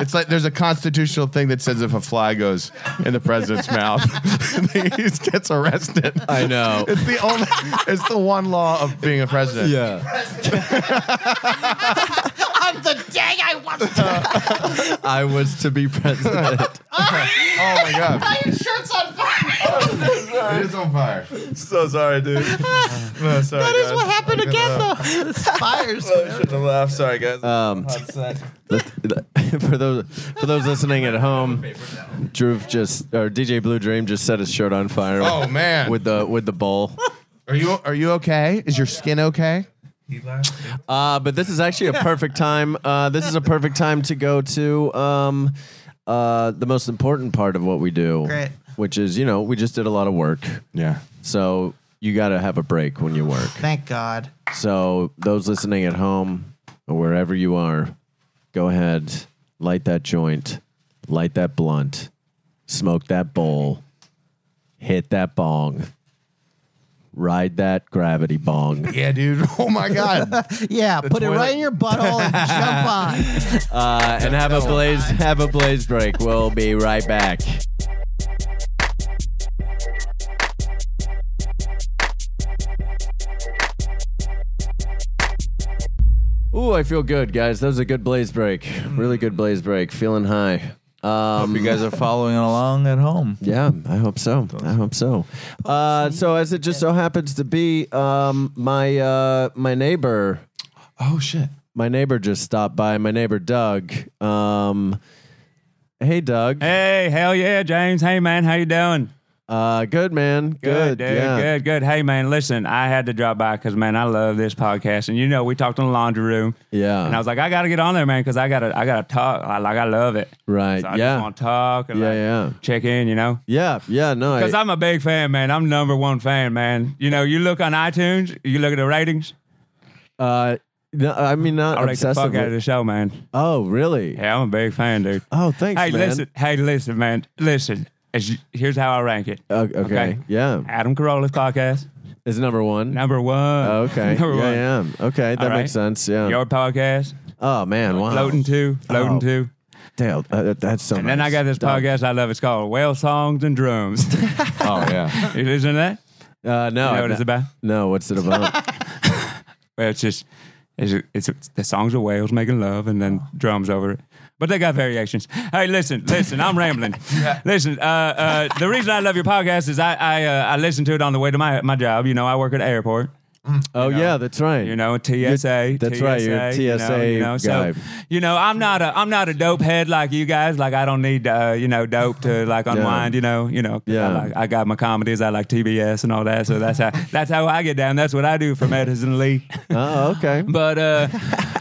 It's like there's a constitutional thing that says if a fly goes in the president's mouth, he gets arrested.
I know.
It's the only. It's the one law of being a president.
Yeah.
on the day I was
Uh.
I was to be president.
Oh my god.
my shirt's on fire.
It is on fire.
So sorry, dude. No, sorry,
That is
guys.
what happened
I'm
again,
gonna-
though. It's fires.
I shouldn't have laughed. Sorry, guys.
Uh,
Um,
Hot set.
for those for those listening at home, Drew just or DJ Blue Dream just set his shirt on fire
Oh man.
with the with the bowl.
are you are you okay? Is your skin okay?
Uh, but this is actually a perfect time. Uh, this is a perfect time to go to um, uh, the most important part of what we do,
Great.
which is you know we just did a lot of work,
Yeah.
so you got to have a break when you work.
Thank God.
So those listening at home or wherever you are, go ahead, light that joint, light that blunt, smoke that bowl, hit that bong, ride that gravity bong.
Yeah, dude. Oh my god.
Yeah, put it
toilet-
right in your butthole and jump on.
Uh, and have a blaze have a blaze break. We'll be right back. Ooh, I feel good, guys. That was a good blaze break. Really good blaze break. Feeling high. Um,
You guys are following along at home.
yeah, I hope so. I hope so. Uh, so, as it just so happens to be, um, my uh, my neighbor
Oh shit.
my neighbor just stopped by. My neighbor Doug. Um, hey Doug.
Hey, hell yeah, James. Hey, man, how you doing?
Uh, good man. Good.
dude.
yeah.
Good, good. Hey, man, listen, I had to drop by because, man, I love this podcast. And, you know, we talked in the laundry room.
Yeah.
And I was like, I got to get on there, man, because I got to I gotta talk. I, like, I love it.
Right.
So I
yeah.
just want to talk and
Yeah,
like,
yeah.
check in, you know?
yeah. Yeah. No. I-
Because I'm a big fan, man. I'm number one fan, man. You know, you look on iTunes, you look at the ratings.
uh, no, I mean, not
I rate the fuck out of
obsessively.
the show, man.
Oh, really?
Yeah, I'm a big fan, dude.
Oh, thanks,
hey,
man.
listen. Hey, listen, man. Listen. As you, here's how I rank it.
O- okay. Yeah.
Adam Carolla's podcast,
Is number one.
number one.
Oh, Okay.
Number one.
yeah, yeah. Okay. That
All right.
makes sense. Yeah.
Your podcast,
oh man. Wow.
Floating Two, Floating
Oh.
Two.
Dale, uh, that- that's so.
And then I got this podcast I love. It's called Whale Songs and Drums.
Oh yeah.
you listen to that?
Uh, no,
You know
I've
what it's
not-
about?
No, what's it about?
Well, it's just it's, it's, the songs of whales making love and then drums over it. But they got variations. Hey, listen, listen, I'm rambling. Listen, uh, uh, the reason I love your podcast is I I, uh, I listen to it on the way to my my job. You know, I work at an airport.
oh yeah, that's right.
You know, TSA.
that's right, you're a
you know,
TSA
you know, so,
guy.
you know, I'm not a I'm not a dope head like you guys. Like I don't need uh, you know dope to like unwind. You know, you know. 'cause
Yeah.
I, like, I got my comedies. I like TBS and all that. So that's how that's how I get down. That's what I do for Medicine Lee.
Oh, okay.
But uh,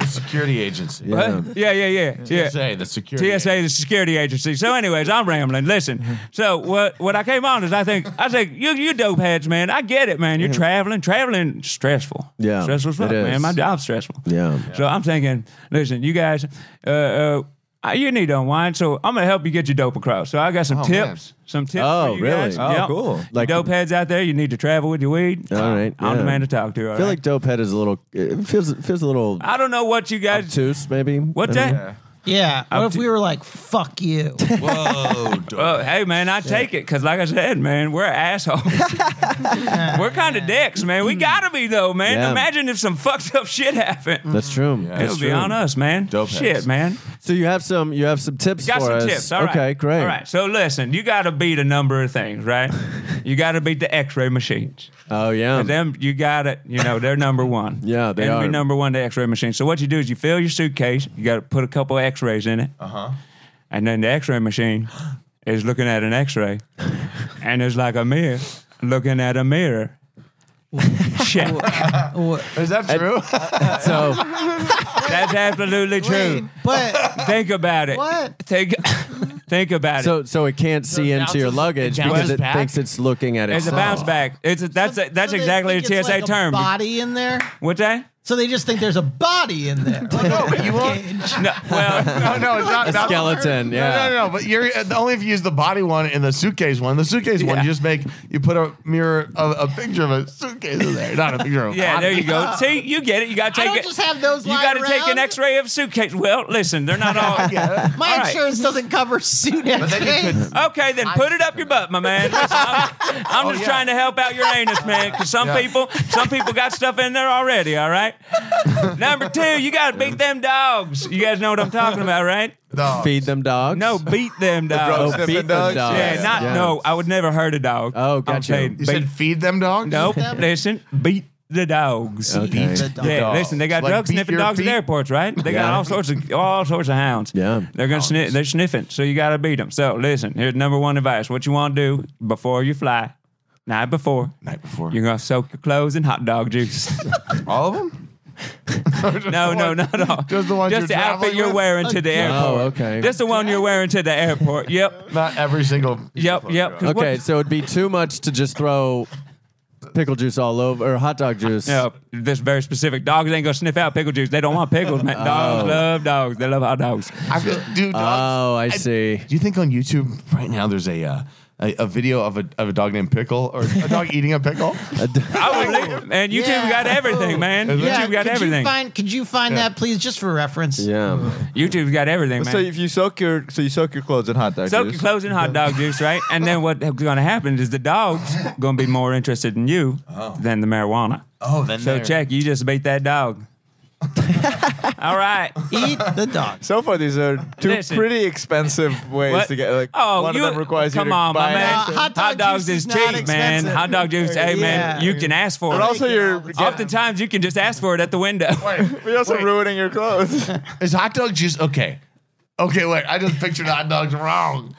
Security agency.
um, Yeah.
yeah, yeah, yeah, yeah.
TSA, the security.
TSA, the security agency. So, anyways, I'm rambling. Listen. So, what what I came on is I think I think you you dope heads, man. I get it, man. You're traveling, traveling stressful.
Yeah,
stressful as fuck,
it is.
man. My job's stressful.
Yeah.
So I'm thinking, listen, you guys, uh, uh, I- you need to unwind. So I'm gonna help you get your dope across. So I got some
Oh,
tips.
man.
Some tips.
Oh,
for you
really?
Guys.
Oh,
cool.
Like-
Like dope heads out there, you need to travel with your weed.
All right,
I'm
yeah.
the man to talk to. all
I feel
right?
like Dopehead is a little. It feels it feels a little
I don't know what you guys.
obtuse, maybe.
What's
I don't
that?
know.
Yeah. What if we were like, fuck you?
Well, hey man, I take it because, like I said, man, we're assholes. we're kind of dicks, man. We gotta be though, man.
Yeah.
Imagine if some fucked up shit happened.
That's true.
It'll
That's
be
true.
on us, man.
Dope
shit,
heads.
man.
So you have some you have some tips
Got
for
some
us.
tips. All right.
Okay, great.
All right. So listen, you gotta beat a number of things, right? you gotta beat the X-ray machines.
Oh yeah.
And them, you got it. You know, they're number one.
Yeah, they
Enemy
are.
number one to X-ray machine. So what you do is you fill your suitcase. You got to put a couple of X-rays in it. Uh
Uh-huh.
huh. And then the X-ray machine is looking at an X-ray, and it's like a mirror looking at a mirror. Shit,
Is that true?
so
that's absolutely true.
but
Think about it.
What?
Think, think about it.
so so it can't see into your luggage because
bounces
it
back?
thinks it's looking at
It's
itself.
a bounce back. It's a, that's a, that's
so they
exactly a
think
TSA
it's like
term.
body in there.
What's that?
So they just think there's a body in there. Like, oh, you
No, well,
No, no, it's not.
A
not-
skeleton, yeah.
No, no, no. But you're uh, only if you use the body one and the suitcase one. The suitcase one,
Yeah.
you just make you put a mirror, a, a picture of a suitcase in there, not a picture of. A
Yeah,
body.
there you go. See, you get it. You got to
I
take
don't
it.
just have those
You got
lying
to take an
around.
X-ray of suitcase. Well, listen, they're not all.
My
All right.
insurance doesn't cover suit X-rays.
Okay, then put it up your butt, my man. Listen, I'm, I'm just trying to help out your anus, man, because some people, some people got stuff in there already. All right. Number two, you got to beat them dogs. You guys know what I'm talking about, right?
No.
Feed them dogs.
No, beat them dogs.
Oh, beat them dogs.
yeah, not no. I would never hurt a dog.
Oh,
I'm
gotcha.
saying
You
beat-
said feed them dogs.
no,
them?
listen, beat the dogs.
Okay.
Yeah,
dogs.
listen, they got
Like
drug
beat
sniffing
your
dogs
feet?
at airports, right? They got
Yeah.
all sorts of all sorts of hounds.
Yeah.
they're gonna sniff. They're sniffing, so you gotta beat them. So listen, here's number one advice: what you want to do before you fly, night before,
Night before.
you're gonna soak your clothes in hot dog juice.
All of them?
no, no, not all.
just the ones
Just the
you're
outfit
traveling
you're
with?
wearing to the airport.
Oh, okay.
Just the one you're wearing to the airport. Yep,
Not every single.
yep, yep. 'Cause what-
Okay, so it'd be too much to just throw pickle juice all over or hot dog juice.
No, this very specific. Dogs ain't gonna sniff out pickle juice. They don't want pickles,
Oh.
man. Dogs love dogs. They love hot dogs.
I feel, dude, dogs.
Uh,
Oh, I see.
Do you think on YouTube right now there's a uh, a, a video of a of a dog named Pickle or a dog eating a pickle?
I would leave. Man, YouTube
Yeah.
got everything, man. YouTube
Yeah,
got
could
everything.
You find, could you find that, please, just for reference?
Yeah.
YouTube's got everything, man.
So if you soak your so you soak your clothes in hot dog
Soak
juice.
your clothes in hot dog juice, right? And then what's going to happen is the dog's going to be more interested in you than the marijuana.
Oh, then
so
they're-
check, you just beat that dog. All right.
Eat the dog.
So far, these are two
Listen.
pretty expensive ways
What?
to get. Like,
oh,
one
you,
of them requires
come
you to
on,
buy
my man.
Uh, hot
hot,
dog
dogs
juice
is,
is not
cheap, man.
expensive.
Hot dog juice, hey, man,
Yeah.
you can ask for
But
it.
also, you're
Oftentimes, you can just ask for it at the window.
you're also
Wait.
ruining your clothes.
Is hot dog juice okay? Okay, wait. I just pictured hot dogs wrong.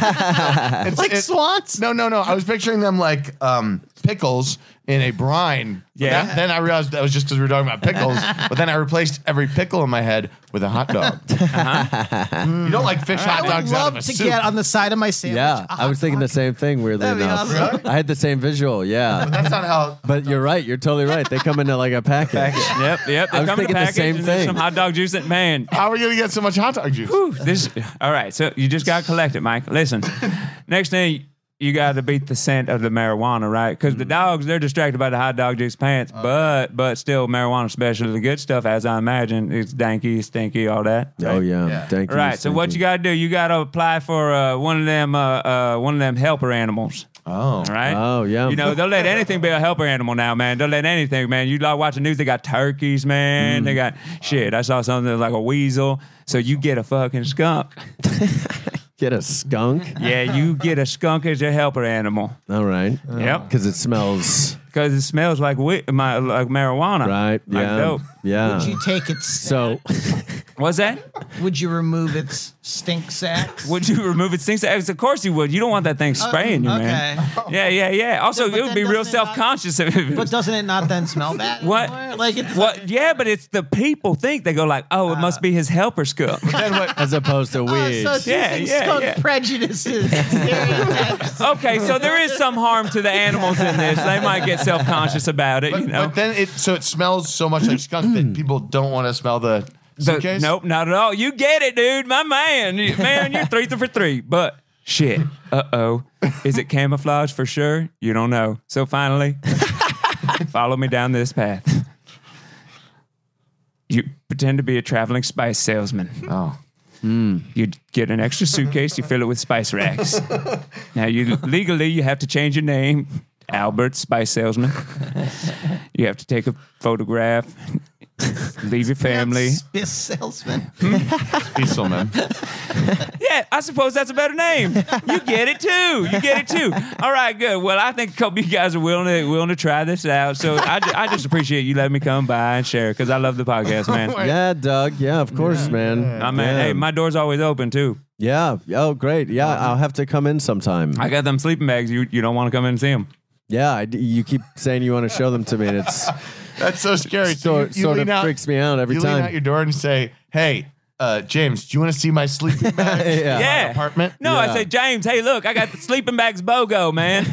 it's
Like
it-
swans?
No, no, no. I was picturing them like um, pickles in a brine. But
Yeah.
that- then I realized that was just because we were talking about pickles. but then I replaced every pickle in my head with a hot dog. You don't like fish hot
I would
dogs out of
love
a
to
soup.
get on the side of my sandwich.
Yeah. I was thinking the same thing, weirdly
That'd be
enough.
awesome.
I had the same visual, yeah.
That's not how.
But you're right, you're totally right. They come into like a package.
Yep, yep. They
I was
come in
thinking
a
the
package
same
and there's
thing.
some hot dog juice. That, man,
How are you gonna get so much hot dog juice?
Whew, this all right. So you just got to collect it, Mike. Listen, next thing you got to beat the scent of the marijuana, right? Because the dogs they're distracted by the hot dog juice pants, but but still marijuana, especially the good stuff, as I imagine, it's danky, stinky, all that.
Oh yeah, thank you.
Right. so what you got to do? You got to apply for uh, one of them uh, uh, one of them helper animals.
Oh,
right.
Oh yeah.
You know, they'll let anything be a helper animal now, man. They'll let anything, man. You like watching news, they got turkeys, man.
Mm.
They got shit. I saw something that was like a weasel. So you get a fucking skunk.
get a skunk.
yeah, you get a skunk as your helper animal.
All right.
Yep.
Because it smells.
Because it smells like wi- my, like marijuana.
Right.
Like
Yeah.
dope.
Yeah.
Would you take its?
so
What's that?
Would you remove its stink sacks?
Would you remove its things? Of course you would. You don't want that thing spraying you, man.
Oh, okay.
Yeah, yeah, yeah. Also,
but
it would
then
be real
doesn't it not-
self conscious if it
But
was.
doesn't it not then smell bad?
What?
anymore? Like it's
What? Yeah, but it's the people think they go like, oh, it
Uh.
must be his helper skunk.
as opposed to
Oh,
weeds.
so it's
Yeah,
using
yeah,
skunk
yeah.
prejudices. stereotypes.
okay, so there is some harm to the animals in this. They might get self conscious about it.
But,
you know,
but then it so it smells so much like skunk that people don't want to smell the
So-
suitcase.
nope, not at all. You get it, dude. My man, You- man, you're three for three. But shit, uh oh, is it camouflage for sure? You don't know. So finally, follow me down this path. You pretend to be a traveling spice salesman. Hmm.
Oh.
You get an extra suitcase. You fill it with spice racks. Now you legally you have to change your name, Albert Spice Salesman. You have to take a photograph. Leave your family.
This salesman.
Dieselman.
Yeah, I suppose that's a better name. You get it too. You get it too. All right, good. Well, I think a couple of you guys are willing to willing to try this out. So I, ju- I just appreciate you letting me come by and share because I love the podcast, man.
yeah, Doug. Yeah, of course, man.
I mean,
yeah.
hey, my door's always open too.
yeah. Oh, great. Yeah, I'll have to come in sometime.
I got them sleeping bags. You you don't want to come in and see them.
yeah, I d you keep saying you want to show them to me, and it's
That's so scary.
so,
you- you
sort of
lean out-
freaks me out every
you lean out
time.
your door and say, "Hey, uh, James, do you want to see my sleeping bag?
Yeah.
Yeah,
apartment?
No, I
Yeah.
say James. Hey, look, I got the sleeping bags BOGO, man.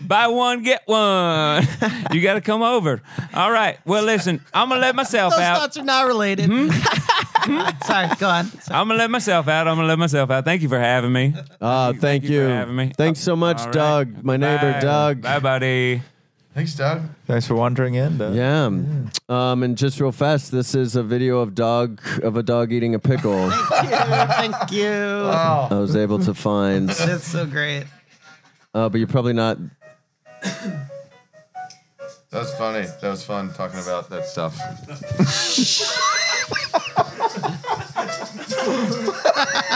Buy one get one. You got to come over. All right. Well, listen, I'm gonna let myself
Those
out.
thoughts are not related.
Hmm?
Sorry, go on. Sorry.
I'm gonna let myself out. I'm gonna let myself out. Thank you for having me.
Uh, thank,
Thank
you.
you for having me.
Thanks so much,
All right.
Doug, my neighbor,
Bye.
Doug.
Bye, buddy.
Thanks, Doug.
Thanks for wandering in. Doug.
Yeah. Um, and just real fast, this is a video of dog of a dog eating a pickle.
Thank you.
I was able to find,
That's so great.
uh, but you're probably not.
That was funny. That was fun talking about that stuff.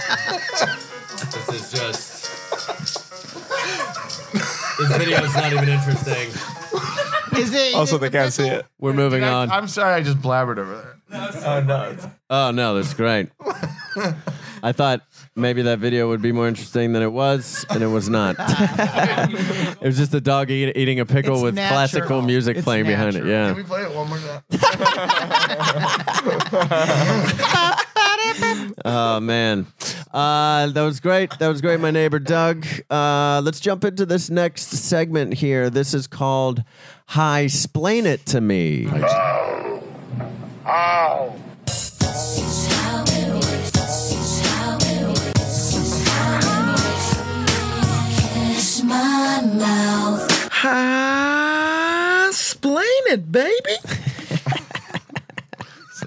This is just. this video is not even interesting.
Is it?
Also, they can't see it.
We're moving on.
I'm sorry, I just blabbered over there.
Oh no.
Oh no, that's great. I thought maybe that video would be more interesting than it was, and it was not. it was just a dog eat, eating a pickle
It's
with
natural.
classical music
It's
playing behind
natural.
it.
Can
Yeah.
we play it one more time?
Oh man, uh, that was great. That was great, my neighbor Doug. Uh, let's jump into this next segment here. This is called "Hi, Splain It to Me."
My mouth.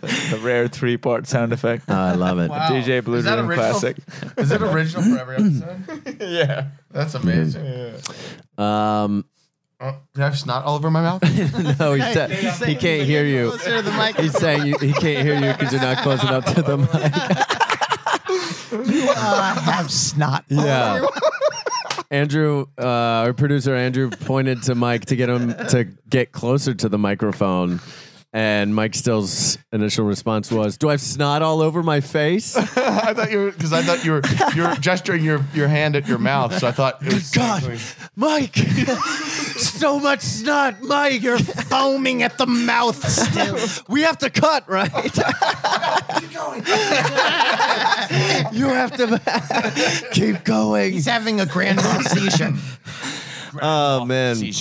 The rare three part sound effect.
I love it.
DJ Blue
Oh. Is that
Dream
original?
Classic.
Is it original for every episode?
Yeah.
That's amazing.
Um,
Oh, did I have snot all over my mouth?
no, he's sa- Oh, he can't hear you.
Closer to the mic.
He's saying you, he can't hear you because you're not close enough to the mic.
Uh, have snot.
Yeah. Andrew, uh, our producer Andrew pointed to Mike to get him to get closer to the microphone. And Mike Still's initial response was, "Do I have snot all over my face?"
I thought you were because I thought you were you were gesturing your, your hand at your mouth, so I thought it was
God, Mike, so much snot, Mike. You're foaming at the mouth. Still, we have to cut, right? you have to keep going.
He's having a grandma seizure.
Oh man.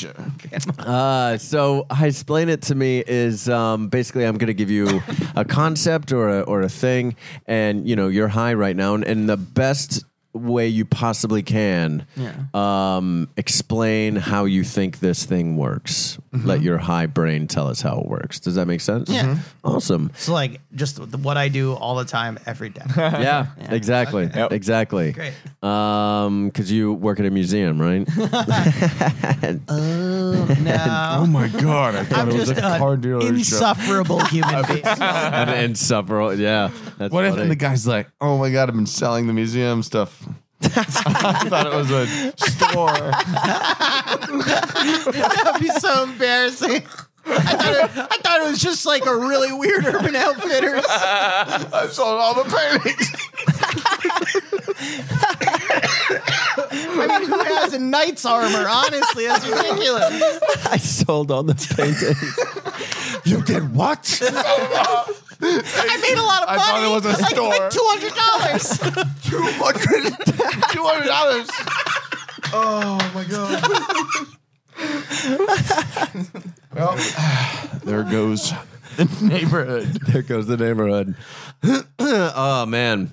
Uh, so I explain it to me is um, basically I'm going to give you a concept or a, or a thing, and you know you're high right now, and, and the best way you possibly can
Yeah.
um, explain how you think this thing works. Let your high brain tell us how it works. Does that make sense? Mm-hmm.
Yeah. Mhm.
Awesome.
It's like just the- what I do all the time, every day.
Yeah, exactly. Exactly.
Great.
Um, cause you work at a museum, right?
Oh no!
Oh, my God, I thought
I'm
it was
just
a
an
car dealership.
insufferable human being.
An insufferable. Yeah. That's
What if
funny.
and the guy's like, "Oh my god, I've been selling the museum stuff." I thought it was a store.
That'd be so embarrassing. I thought, it, I thought it was just like a really weird Urban Outfitters.
I sold all the paintings.
I mean, who has a knight's armor? Honestly, that's ridiculous.
I sold all the paintings. you did what?
I made a lot of
I
money.
thought it was a
like,
store.
Like two hundred dollars.
Two hundred. Two hundred dollars. Oh my god. well, there goes the neighborhood.
there goes the neighborhood. oh man.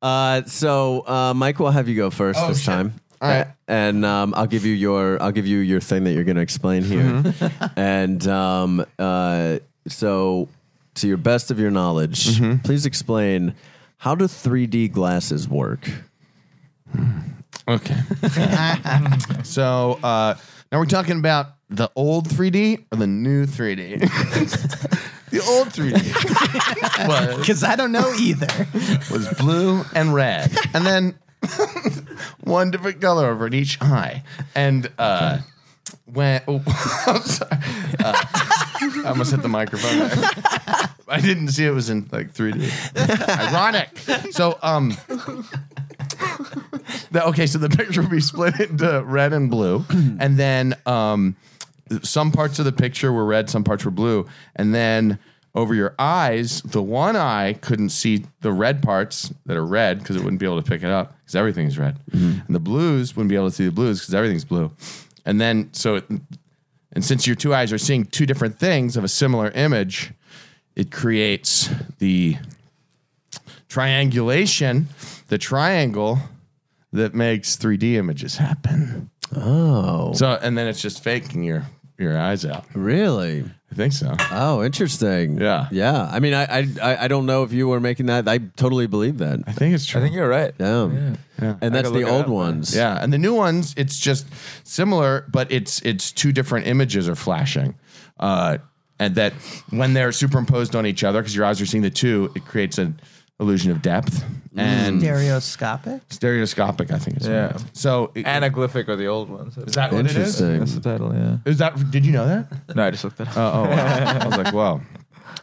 Uh, so uh, Mike, we'll have you go first this time.
Oh, All right.
A- And um, I'll give you your I'll give you your thing that you're going to explain here.
Mm-hmm.
and um, uh, so, to your best of your knowledge,
Mm-hmm.
please explain how do 3D glasses work?
Okay. so uh, now we're talking about the old 3D or the new 3D. the old 3D was
Because I don't know either.
was blue and red, and then one different color over in each eye. And uh, when oh, I'm sorry, Uh, I almost hit the microphone. there. I didn't see it was in like 3D. Ironic. So um, the- okay, so the picture would be split into red and blue, and then um, some parts of the picture were red, some parts were blue, and then over your eyes, the one eye couldn't see the red parts that are red because it wouldn't be able to pick it up because everything's red, and the blues wouldn't be able to see the blues because everything's blue, and then so it, and since your two eyes are seeing two different things of a similar image, it creates the triangulation, the triangle that makes 3D images happen.
Oh,
So, and then it's just faking your your eyes out.
really?
I think so.
Oh, interesting.
Yeah.
yeah. I mean, I I- I, I don't know if you were making that. I totally believe that.
I think it's true.
I think you're right.
Yeah, and that's
could
the
look it
old
up, but-
ones.
yeah, and the new ones, it's just similar, but it's it's two different images are flashing, uh, and that when they're superimposed on each other because your eyes are seeing the two, it creates an illusion of depth and
Stereoscopic.
stereoscopic. I think. Is
Mm. Yeah.
Right. So it-
Anaglyphic are the old ones. Is
Oh,
that what it is?
Interesting.
That's the title, yeah.
is that? Did you know that?
No, I just looked that up.
Oh, oh wow. I was like, wow.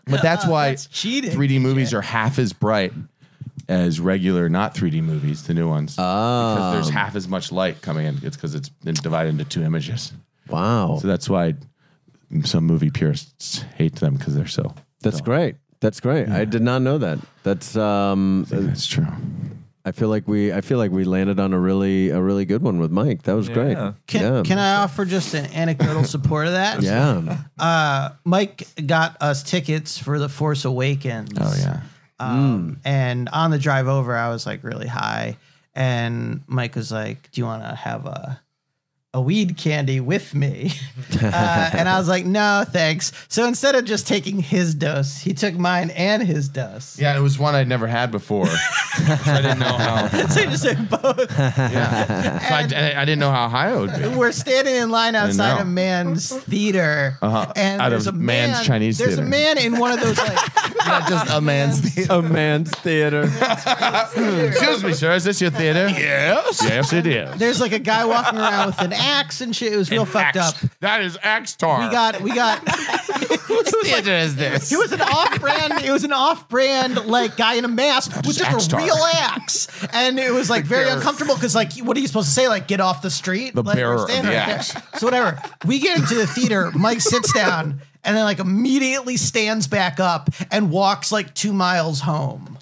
But that's why
That's cheating.
3D movies are half as bright as regular, not 3D movies, the new ones. because there's half as much light coming in. It's because it's been divided into two images.
Wow.
So that's why some movie purists hate them because they're so.
That's great. That's great. I did not know that. That's um
That's true.
I feel like we I feel like we landed on a really a really good one with Mike. That was great.
Can,
yeah.
can I offer just an anecdotal support of that?
yeah.
Mike got us tickets for The Force Awakens.
Oh, yeah.
Um, And on the drive over, I was like really high, and Mike was like, "Do you want to have a a weed candy with me?" uh, and I was like, "No, thanks." So instead of just taking his dose, he took mine and his dose.
Yeah, it was one I'd never had before. so I didn't know how.
so he just took both.
Yeah. So I, I didn't know how high it would be.
We're standing in line outside
know.
a man's theater,
Uh-huh.
and
Out
there's
of
a
man's
man,
Chinese
There's a
theater.
man in one of those like.
Not just a man's theater.
a man's theater.
Excuse me, sir. Is this your theater? Yes. Yes, it is.
There's like a guy walking around with an axe and shit. It was real fucked up.
That is axe tar.
We got we got
theater is this?
it was an off-brand it was an off-brand like guy in a mask with just,
axe
a
star.
real axe and it was like very
bearer.
uncomfortable because like what are you supposed to say like get off the street
The
like, we're
bearer of
standing
the
right there.
axe.
so whatever we get into the theater mike sits down and then like immediately stands back up and walks like two miles home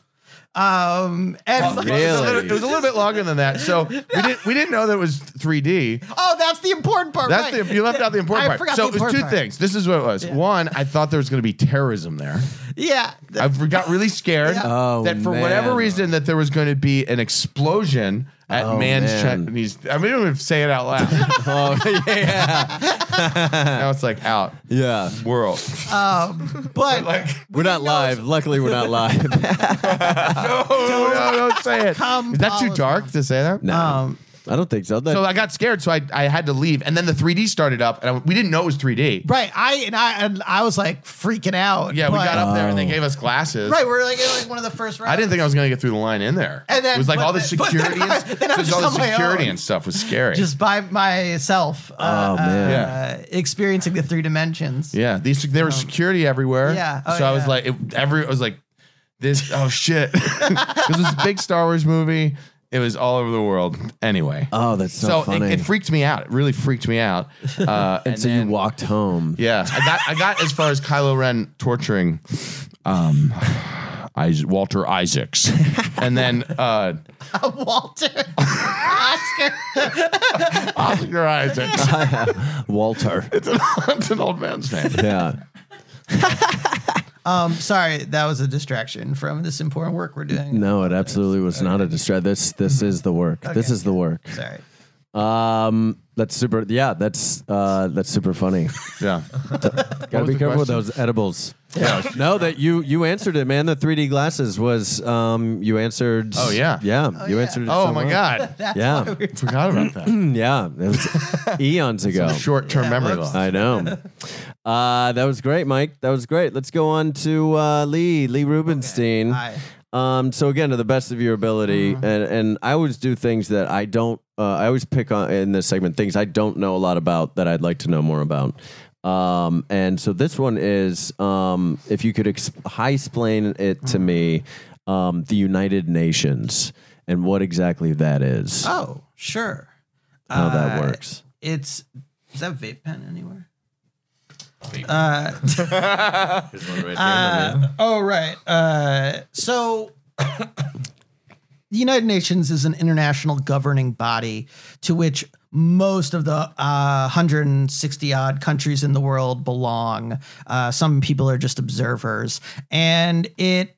um and like,
It was, a little, it was a little bit longer than that, so we didn't we didn't know that it was 3D.
oh that's the important part
That's
right.
the you left out the important
I
part.
forgot
So
the
it was
important
two
part.
things. This is what it was. One, I thought there was going to be terrorism there.
yeah
I got really scared
Yeah.
Oh,
that for whatever
man.
reason that there was going to be an explosion at
Oh,
man's
man.
Chinese. I mean, I don't even say it out loud.
oh yeah.
now it's like out
Yeah.
world.
Um, but
We're not live. Luckily, we're not live.
No, no, don't say it.
Come
Is that too dark to say that?
No.
um,
I don't think so. That-
So I got scared, so I, I had to leave, and then the 3D started up, and I, we didn't know it was 3D.
right, I and I and I was like freaking out.
Yeah, we
but-
got up there, and they gave us glasses.
Right, we're like, it was, like one of the first rounds.
I didn't think I was going to get through the line in there.
And then-
it was like
but
all the
then- but
security,
then I-
and,
then I was
it all
just
the
on my
security
own.
and stuff was scary.
just by myself.
Oh,
Uh,
man.
uh, experiencing the three dimensions.
yeah, these there
um,
was security everywhere.
yeah, oh,
so I was
yeah.
like, it, every I was like, this. Oh shit! this was a big Star Wars movie. It was all over the world. Anyway,
oh, that's so,
so
funny.
it, it freaked me out. It really freaked me out. Uh,
and, so
then-
you walked home.
Yeah, I got I got as far as Kylo Ren torturing, um, Is- Walter Isaacs, and then uh,
Walter, Oscar.
Oscar Isaacs.
Walter.
That's an old man's name.
Yeah.
Um, sorry, that was a distraction from this important work we're doing.
No, it absolutely was not a distraction. This this is the work. This is the work.
Sorry.
Um, that's super. Yeah, that's uh, that's super funny.
Yeah, Oh,
Gotta be careful
the
with
question?
those edibles. no, that you you answered it, man. The 3D glasses was um you answered.
Oh, yeah.
yeah. you answered. it
Oh
so
my
well.
god,
That's
Yeah.
why we were talking.
forgot about that. Oh,
Yeah, it was eons ago.
Short term memory
whoops.
loss.
I know. Uh, that was great, Mike. That was great. Let's go on to uh, Lee Lee Rubenstein.
Hi.
Um, so again, to the best of your ability, and and I always do things that I don't. Uh, I always pick on in this segment things I don't know a lot about that I'd like to know more about. Um, and so this one is um, if you could exp- high explain it to me, um, the United Nations and what exactly that is,
Oh, sure.
how that
uh,
works.
It's is that vape pen anywhere? Uh, oh right. Uh, so the United Nations is an international governing body to which most of the uh, 160 odd countries in the world belong. Uh, some people are just observers, and it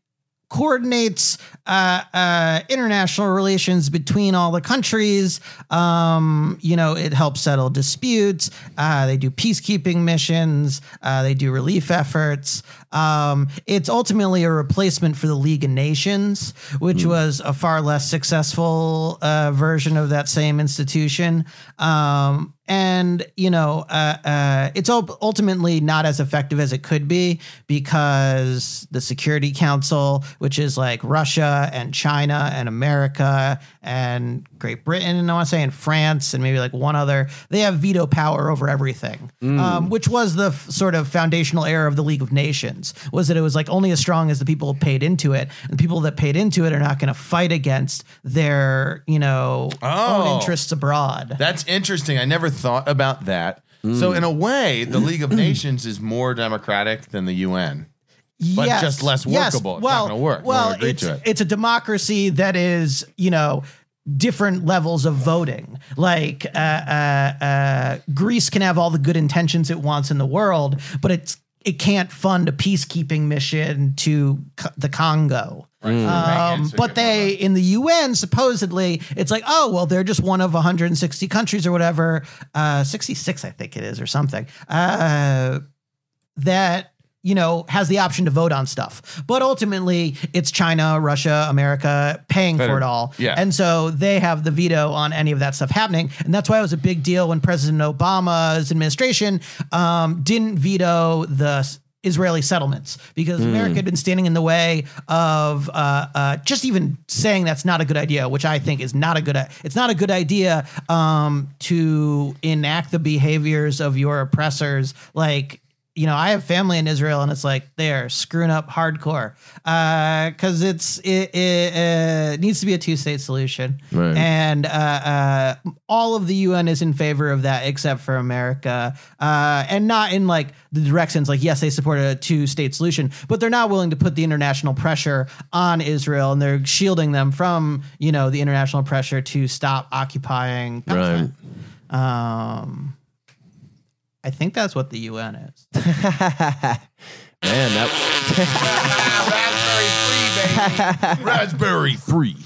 coordinates uh, uh, international relations between all the countries. Um, you know, it helps settle disputes. Uh, they do peacekeeping missions. Uh, they do relief efforts. Um, it's ultimately a replacement for the League of Nations, which was a far less successful uh, version of that same institution. Um, and you know, uh, uh, it's ul- ultimately not as effective as it could be because the Security Council, which is like Russia and China and America and Great Britain, and I want to say in France and maybe like one other, they have veto power over everything, um, which was the f- sort of foundational error of the League of Nations was that it was like only as strong as the people who paid into it, and people that paid into it are not going to fight against their you know own
Oh.
interests abroad.
That's interesting. I never thought about that.
Mm.
So in a way, the League of Nations is more democratic than the UN. but
Yes.
just less
Yes.
workable. It's not
well,
gonna work. No
Well,
one agreed
it's,
to it.
it's a democracy that is, you know, different levels of voting. Like uh, uh, uh, Greece can have all the good intentions it wants in the world, but it's it can't fund a peacekeeping mission to co- the Congo.
Mm.
Um, but they in the UN supposedly it's like oh well they're just one of 160 countries or whatever uh, 66 I think it is or something uh, that you know has the option to vote on stuff but ultimately it's china russia america paying for it all
yeah.
and so they have the veto on any of that stuff happening and that's why it was a big deal when president obama's administration um, didn't veto the s- Israeli settlements because America had been standing in the way of uh, uh, just even saying that's not a good idea, which I think is not a good. i- It's not a good idea um, to enact the behaviors of your oppressors, like you know, I have family in Israel, and it's like they're screwing up hardcore because it's it, it uh, needs to be a two state solution,
Right.
and uh, uh, all of the UN is in favor of that except for America, uh, and not in like the directions like yes, they support a two state solution, but they're not willing to put the international pressure on Israel, and they're shielding them from you know the international pressure to stop occupying. Palestine. Um, I think that's what the UN is.
Man, that
Raspberry three, baby. Raspberry three.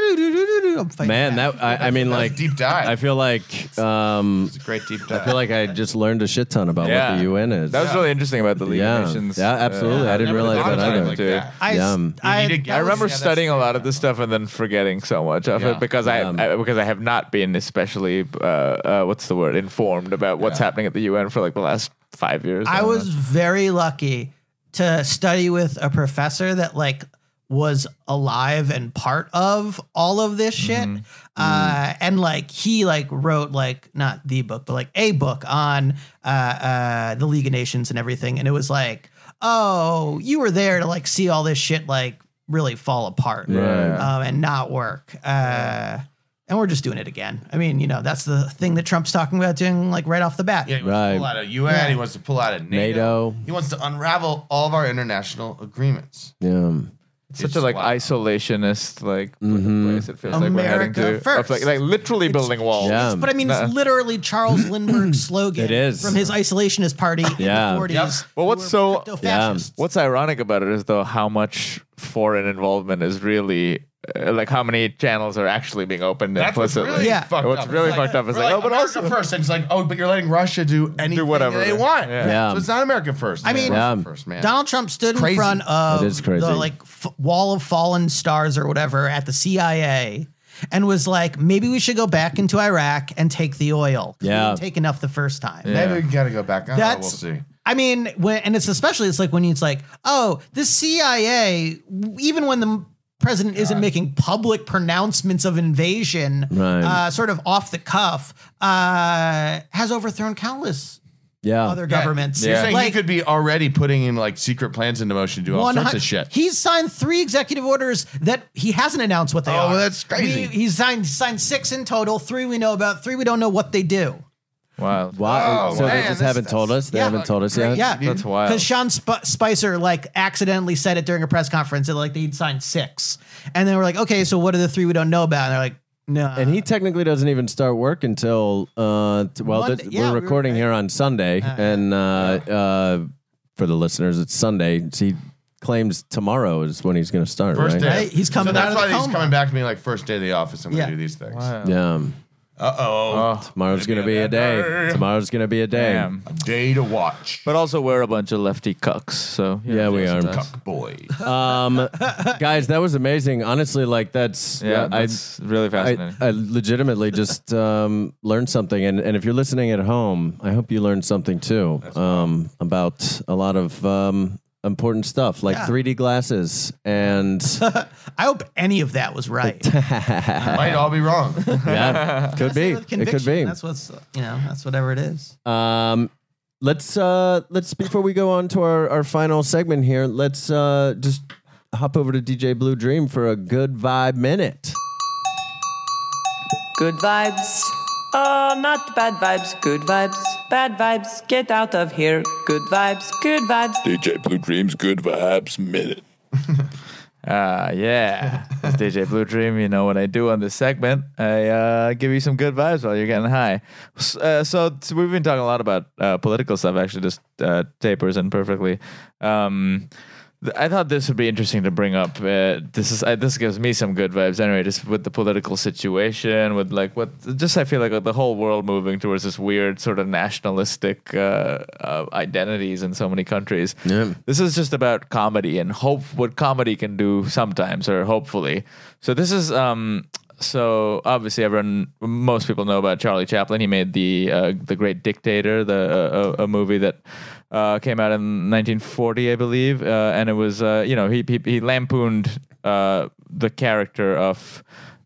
I'm fighting
Man, that I, I mean, like deep dive. I feel like um, it's a
great deep
I feel like I just learned a shit ton about
Yeah.
what the UN is.
That was really interesting about the League
yeah.
of Nations.
Yeah, absolutely.
Uh,
I didn't
never
realize
thought
that
about it
either.
like that. I-
Yum.
I,
I remember studying a lot of this stuff and then forgetting so much of
Yeah.
it because I, I because I have not been especially uh, uh, what's the word informed about what's happening at the UN for like the last five years. Uh,
I
don't know.
was very lucky to study with a professor that like was alive and part of all of this
Mm-hmm.
shit. Uh, and like he like wrote like not the book, but like a book on uh, uh, the League of Nations and everything. And it was like, oh, you were there to like see all this shit like really fall apart
Right.
um, and not work. Uh, and we're just doing it again. I mean, you know, that's the thing that Trump's talking about doing like right off the bat.
Yeah, he wants
Right.
to pull out of UN. He wants to pull out of NATO.
NATO.
He wants to unravel all of our international agreements.
Yum.
such a like isolationist like place. It feels like
America
we're heading to
first.
of, like, like literally building walls.
Yeah.
But I mean,
Nah.
it's literally Charles Lindbergh's slogan.
Um, It is.
from his isolationist party
Yeah.
in the 40s.
Well, what's so
Crypto-fascists.
what's ironic about it is though how much foreign involvement is really uh, like how many channels are actually being opened
That's what's
implicitly.
really
Yeah.
fucked
What's
up.
really
It's
fucked up is
we're
like, oh, but
America
also-
first, and it's like, oh, but you're letting Russia do anything
whatever they-
they want.
Yeah.
Yeah.
So it's not America first.
I
It's
mean-
Russia
Yeah.
first man.
Donald Trump stood in
Crazy.
front of
That is crazy.
the like f- wall of fallen stars or whatever at the CIA and was like, maybe we should go back into Iraq and take the oil. 'cause we
Yeah.
didn't take enough the first time.
Maybe we gotta go back. I don't know.
That's-
Uh, we'll see.
I mean, when, and it's especially it's like when it's like, oh, the CIA, even when the president isn't making public pronouncements of invasion,
Right.
uh, sort of off the cuff, uh, has overthrown countless
Yeah.
other governments.
You're saying he
Like,
could be already putting in like secret plans into motion to do all sorts
100
of shit.
He's signed three executive orders that he hasn't announced what they
Oh,
are.
well, that's crazy.
We- He signed signed six in total. Three we know about. Three we don't know what they do.
wow,
Wow.
Oh,
so
man,
they just
this-
haven't told us. They
Yeah.
haven't told us yet.
Yeah,
that's wild.
Because Sean Sp- Spicer like accidentally said it during a press conference that like they'd signed six, and then we're like, okay, so what are the three we don't know about? And they're like, no.
And he technically doesn't even start work until uh, t- well,
Monday-
th-
yeah, we
we're
were-
recording here on Sunday, and uh, uh, for the listeners, it's Sunday. He claims tomorrow is when he's going to start.
First
right?
day.
Right? He's coming
So
out
that's
of the
why
coma.
he's coming back to me like first day of the office. I'm gonna
Yeah.
do these things.
Yeah.
Uh oh.
Tomorrow's going to be a day. Tomorrow's going to be a day.
Damn.
A day to watch.
But also we're a bunch of lefty cucks. So you
Yeah,
know,
we
just-
are.
Cuck boy.
Um, guys, that was amazing. Honestly, like that's
Yeah,
I-
that's really
I,
fascinating.
I legitimately just um, learned something, and, and if you're listening at home, I hope you learned something too um, about a lot of um, important stuff, like 3D glasses and
I hope any of that was right.
Might all be wrong.
yeah, could be,
With
it could
conviction,
be.
That's what's you know. That's whatever it is.
Um, let's uh, let's before we go on to our, our final segment here, let's uh, just hop over to DJ Blue Dream for a good vibe minute.
Good vibes. Oh, not bad vibes. Good vibes. Bad vibes. Get out of here. Good vibes. Good vibes.
DJ Blue Dreams Good Vibes Minute.
Ah, yeah. It's DJ Blue Dream. You know what I do on this segment. I uh, give you some good vibes while you're getting high. S- uh, so, so we've been talking a lot about uh, political stuff. Actually, just uh, tapers in perfectly. Um, th- I thought this would be interesting to bring up. Uh, this is I, this gives me some good vibes anyway. Just with the political situation, with like what just I feel like the whole world moving towards this weird sort of nationalistic uh, uh, identities in so many countries.
Yeah.
This is just about comedy and hope what comedy can do sometimes or hopefully. So this is um so obviously everyone most people know about Charlie Chaplin. He made the uh, the Great Dictator, the uh, a, a movie that uh, came out in 1940, I believe, uh, and it was uh, you know he he, he lampooned uh, the character of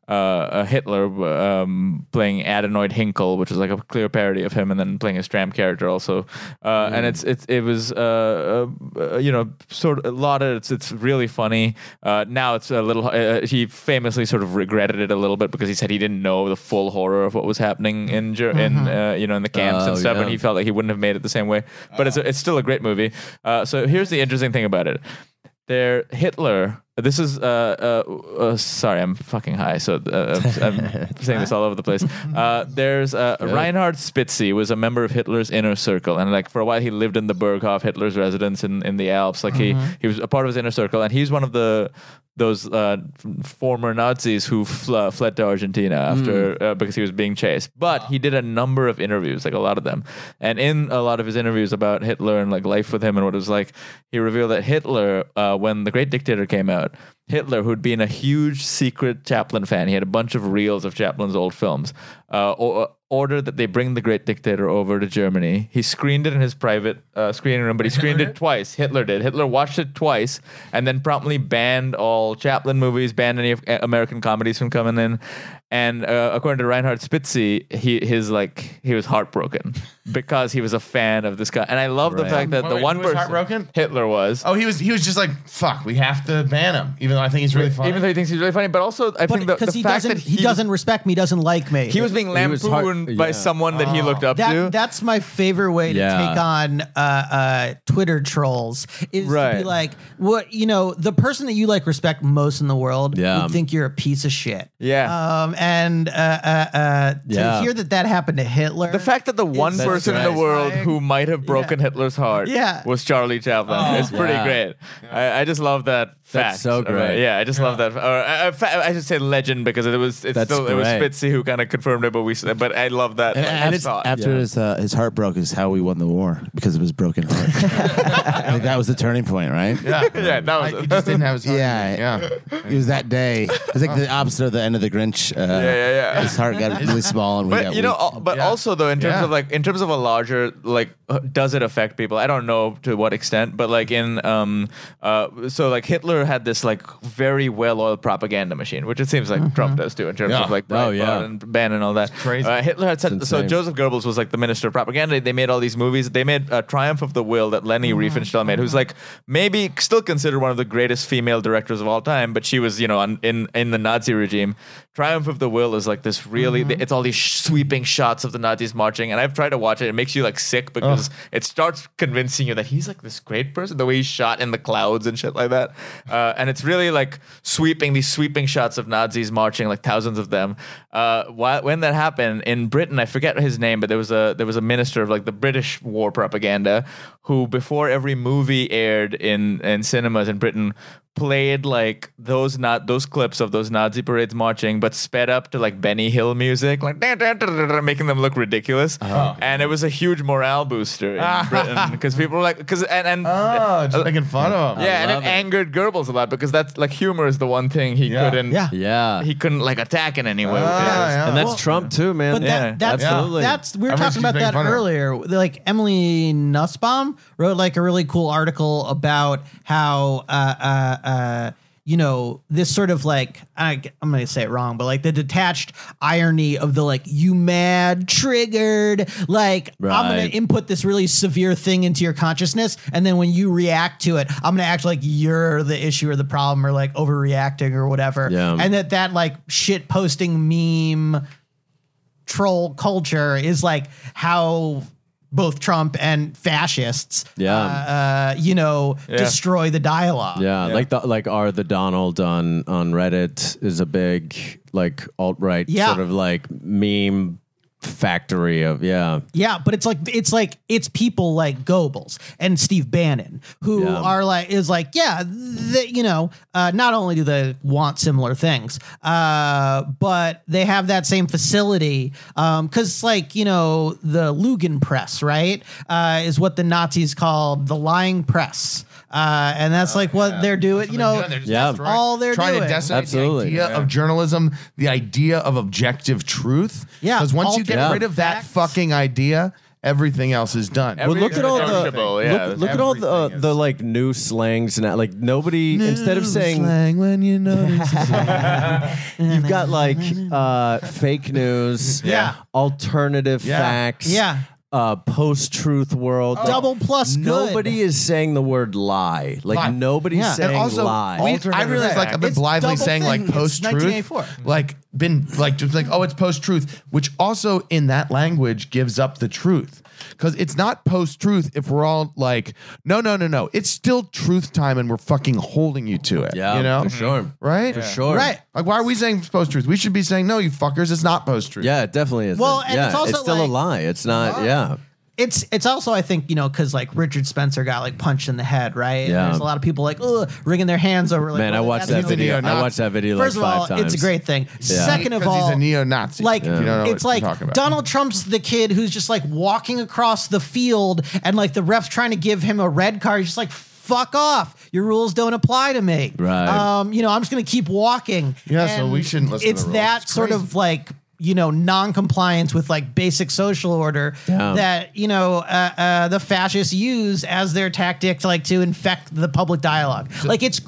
uh, uh, Hitler um, playing Adenoid Hinkle, which is like a clear parody of him, and then playing a Stram character also. Uh,
Mm.
And it's it's it was uh, uh, you know sort of a lot of it's it's really funny. Uh, now it's a little. Uh, he famously sort of regretted it a little bit because he said he didn't know the full horror of what was happening in Ger- in uh, you know in the camps
Mm-hmm. Oh,
and stuff,
yeah.
and he felt like he wouldn't have made it the same way. But it's a, it's still a great movie. Uh, so here's the interesting thing about it: there Hitler This is uh, uh, uh sorry, I'm fucking high, so uh, I'm, I'm saying this all over the place. Uh, there's uh, Reinhard Spitze was a member of Hitler's inner circle, and like for a while he lived in the Berghof, Hitler's residence in, in the Alps. Like he he was a part of his inner circle, and he's one of the those uh, f- former Nazis who fl- uh, fled to Argentina after uh, because he was being chased. But he did a number of interviews, like a lot of them, and in a lot of his interviews about Hitler and like life with him and what it was like, he revealed that Hitler, uh, when the Great Dictator came out, Hitler, who'd been a huge secret Chaplin fan, he had a bunch of reels of Chaplin's old films. Uh, o- ordered that they bring the Great Dictator over to Germany. He screened it in his private uh, screening room, but he screened it twice. Hitler did. Hitler watched it twice, and then promptly banned all Chaplin movies, banned any of uh, American comedies from coming in. And uh, according to Reinhard Spitze, he his like he was heartbroken because he was a fan of this guy. And I love the
Right.
fact that
Wait,
the
wait,
one
he was
person
heartbroken?
Hitler was.
Oh, he was he was just like fuck. We have to ban him, even though I think he's really funny.
Even though he thinks he's really funny, but also I think the,
because
the
he
fact
doesn't
that
he, doesn't respect me, doesn't like me.
he was being lampooned by someone that he looked up
Oh. That,
to.
that's my favorite way
Yeah.
to take on uh, uh, Twitter trolls is to
Right.
be like, what you know, the person that you like respect most in the world
Yeah.
would think you're a piece of shit.
Yeah.
Um, and uh, uh, uh, to
Yeah.
hear that that happened to Hitler, the
fact that the one person in the world who might have broken Hitler's heart
Yeah.
was Charlie Chaplin.
Oh.
it's pretty
Yeah.
great. I, I just love that fact.
so
All right.
great.
Yeah, I just love that. Or, uh, fa- I should say legend because it was it's
That's
still, it was
great.
Spitzy who kind of confirmed it, but we but I love that.
And,
like,
and it's,
thought.
after his uh, his heart broke is how we won the war because of his broken heart. like that was the turning point, right?
yeah, yeah, that was
he just didn't have his
Yeah, yeah. It was that day. It was like the opposite of the end of the Grinch. Uh,
yeah, yeah.
His heart got really small, and we
but
got
you know,
weak.
al- but also though, in terms
Yeah.
of like, in terms of a larger like, uh, does it affect people? I don't know to what extent, but like in um, uh, so like Hitler had this like very well-oiled propaganda machine, which it seems like Trump does too, in terms
Yeah.
of like
Oh,
Breitbart
yeah.
and Bannon and all that.
crazy.
Uh, Hitler had said
It's
so.
insane.
Joseph Goebbels was like the minister of propaganda. They made all these movies. They made uh, Triumph of the Will that Leni
Mm-hmm.
Riefenstahl made, who's like maybe still considered one of the greatest female directors of all time, but she was you know on, in in the Nazi regime. Triumph of the Will is like this really.
Mm-hmm.
It's all these sh- sweeping shots of the Nazis marching, and I've tried to watch it. It makes you like sick because it starts convincing you that he's like this great person. The way he's shot in the clouds and shit like that, uh, and it's really like sweeping these sweeping shots of Nazis marching, like thousands of them. Uh, why, when that happened in Britain, I forget his name, but there was a there was a minister of like the British war propaganda who, before every movie aired in in cinemas in Britain, played like those not those clips of those Nazi parades marching, but sped up to like Benny Hill music, like "Dun, dun, dun, dun, dun," making them look ridiculous.
Uh-huh.
And it was a huge morale booster in Britain because people were like, because and and
oh, just making fun of him.
yeah, and it, angered Goebbels a lot because that's like humor is the one thing he
Yeah.
couldn't.
Yeah.
Yeah.
He couldn't like attack in any way. with
Ah,
it.
yeah. And that's Trump, too, man.
But that, that's, that's we were talking about that earlier. Like Emily Nussbaum wrote like a really cool article about how uh, uh, uh, you know this sort of like I, I'm going to say it wrong, but like the detached irony of the like you mad triggered like I'm going
Right.
to input this really severe thing into your consciousness, and then when you react to it, I'm going to act like you're the issue or the problem or like overreacting or whatever,
Yeah.
and that that like shit posting meme troll culture is like how both Trump and fascists,
Yeah.
uh, uh, you know,
Yeah.
destroy the dialogue.
Yeah, like the like are the Donald on on Reddit is a big like alt right
Yeah.
sort of like meme factory of yeah.
Yeah, but it's like it's like it's people like Goebbels and Steve Bannon who
Yeah.
are like is like yeah, th you know, uh, not only do they want similar things, uh, but they have that same facility because like you know the Lugan press right uh, is what the Nazis called the lying press. Uh, and that's like what they're doing, you know,
Yeah.
all they're
trying
doing.
to decimate the idea of journalism, the idea of objective truth.
Yeah,
because once you
all
get
the
rid of that fucking idea, everything else is done.
Well, look at all the look, look at all the uh, the like new slangs and that. like nobody instead of
New
saying
slang when you notice.
You've got like uh, fake news,
Yeah.
alternative
Yeah.
facts,
Yeah.
uh, post truth world, Like,
Double plus good.
Nobody is saying the word lie. Like
Lie.
nobody's
Yeah. And
saying
also,
lie.
we- I realize like I've been
It's
blithely
double
saying
thing.
like
It's
post truth,
1984.
like been like just like oh it's post truth, which also in that language gives up the truth.
because it's not post truth if we're all like, no, no, no, no. It's still truth time, and we're fucking holding you to it.
Yeah,
you know,
for sure.
right?
For sure.
right? Like, why are we saying post truth? We should be saying, no, you fuckers, it's not post truth.
Yeah, it definitely is.
Well, and
yeah,
it's also
still
like-
a lie. It's not. Yeah,
it's it's also I think you know because like Richard Spencer got like punched in the head, right? And
Yeah.
there's a lot of people like ugh, wringing their hands over. Like, "Oh,
man, I
whether
watched
that's
that
a
video.
neo-Nazi.
I watched that video
First
like
of all,
five times.
it's a great thing.
Yeah.
Second of
'Cause
all,
he's a neo-Nazi.
Like
If you don't know
it's
what you're
like
talking about.
Donald Trump's the kid who's just like walking across the field and like the refs trying to give him a red card. He's just like. Fuck off! Your rules don't apply to me.
Right.
Um. You know, I'm just gonna keep walking.
Yeah, so
And
we shouldn't listen to
It's
the rules.
that
It's
sort of like you know non-compliance with like basic social order
Yeah.
that you know uh, uh, the fascists use as their tactic to like to infect the public dialogue. Like it's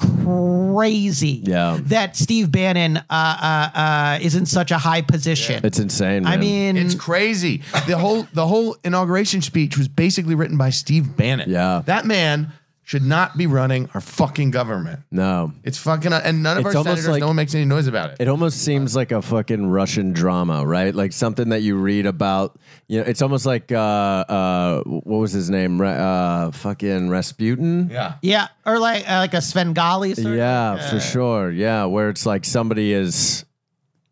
crazy
Yeah.
that Steve Bannon uh, uh, uh, is in such a high position.
It's insane.
I
man.
mean,
It's crazy. The whole the whole inauguration speech was basically written by Steve Bannon. Yeah, that man should not be running our fucking government.
no.
It's fucking and none of
It's
our
almost
senators.
like-
no one makes any noise about it.
Um, It almost seems like a fucking Russian drama, right? Like something that you read about. You know, it's almost like uh, uh, what was his name? Ra- Uh, fucking Rasputin.
Yeah.
yeah, or like uh, like a Svengali. Sort
Yeah,
of,
for sure. Yeah, where it's like somebody is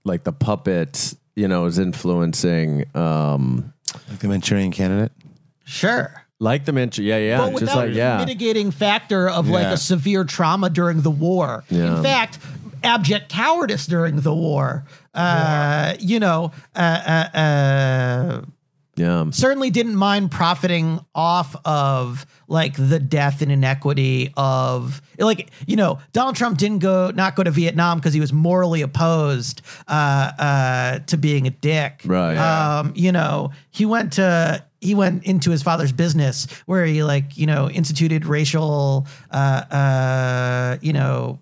like the puppet, you know, is influencing um
uh,
like the Manchurian candidate.
Sure.
Like the Manchurian, yeah, yeah,
but
just
without
like
the
yeah.
mitigating factor of like
Yeah.
a severe trauma during the war.
Yeah.
In fact, abject cowardice during the war. Uh, You know, uh, uh, uh,
yeah.
certainly didn't mind profiting off of like the death and inequity of like you know Donald Trump didn't go not go to Vietnam because he was morally opposed uh, uh, to being a dick.
Right.
Um, you know he went to he went into his father's business where he like you know instituted racial uh, uh, you know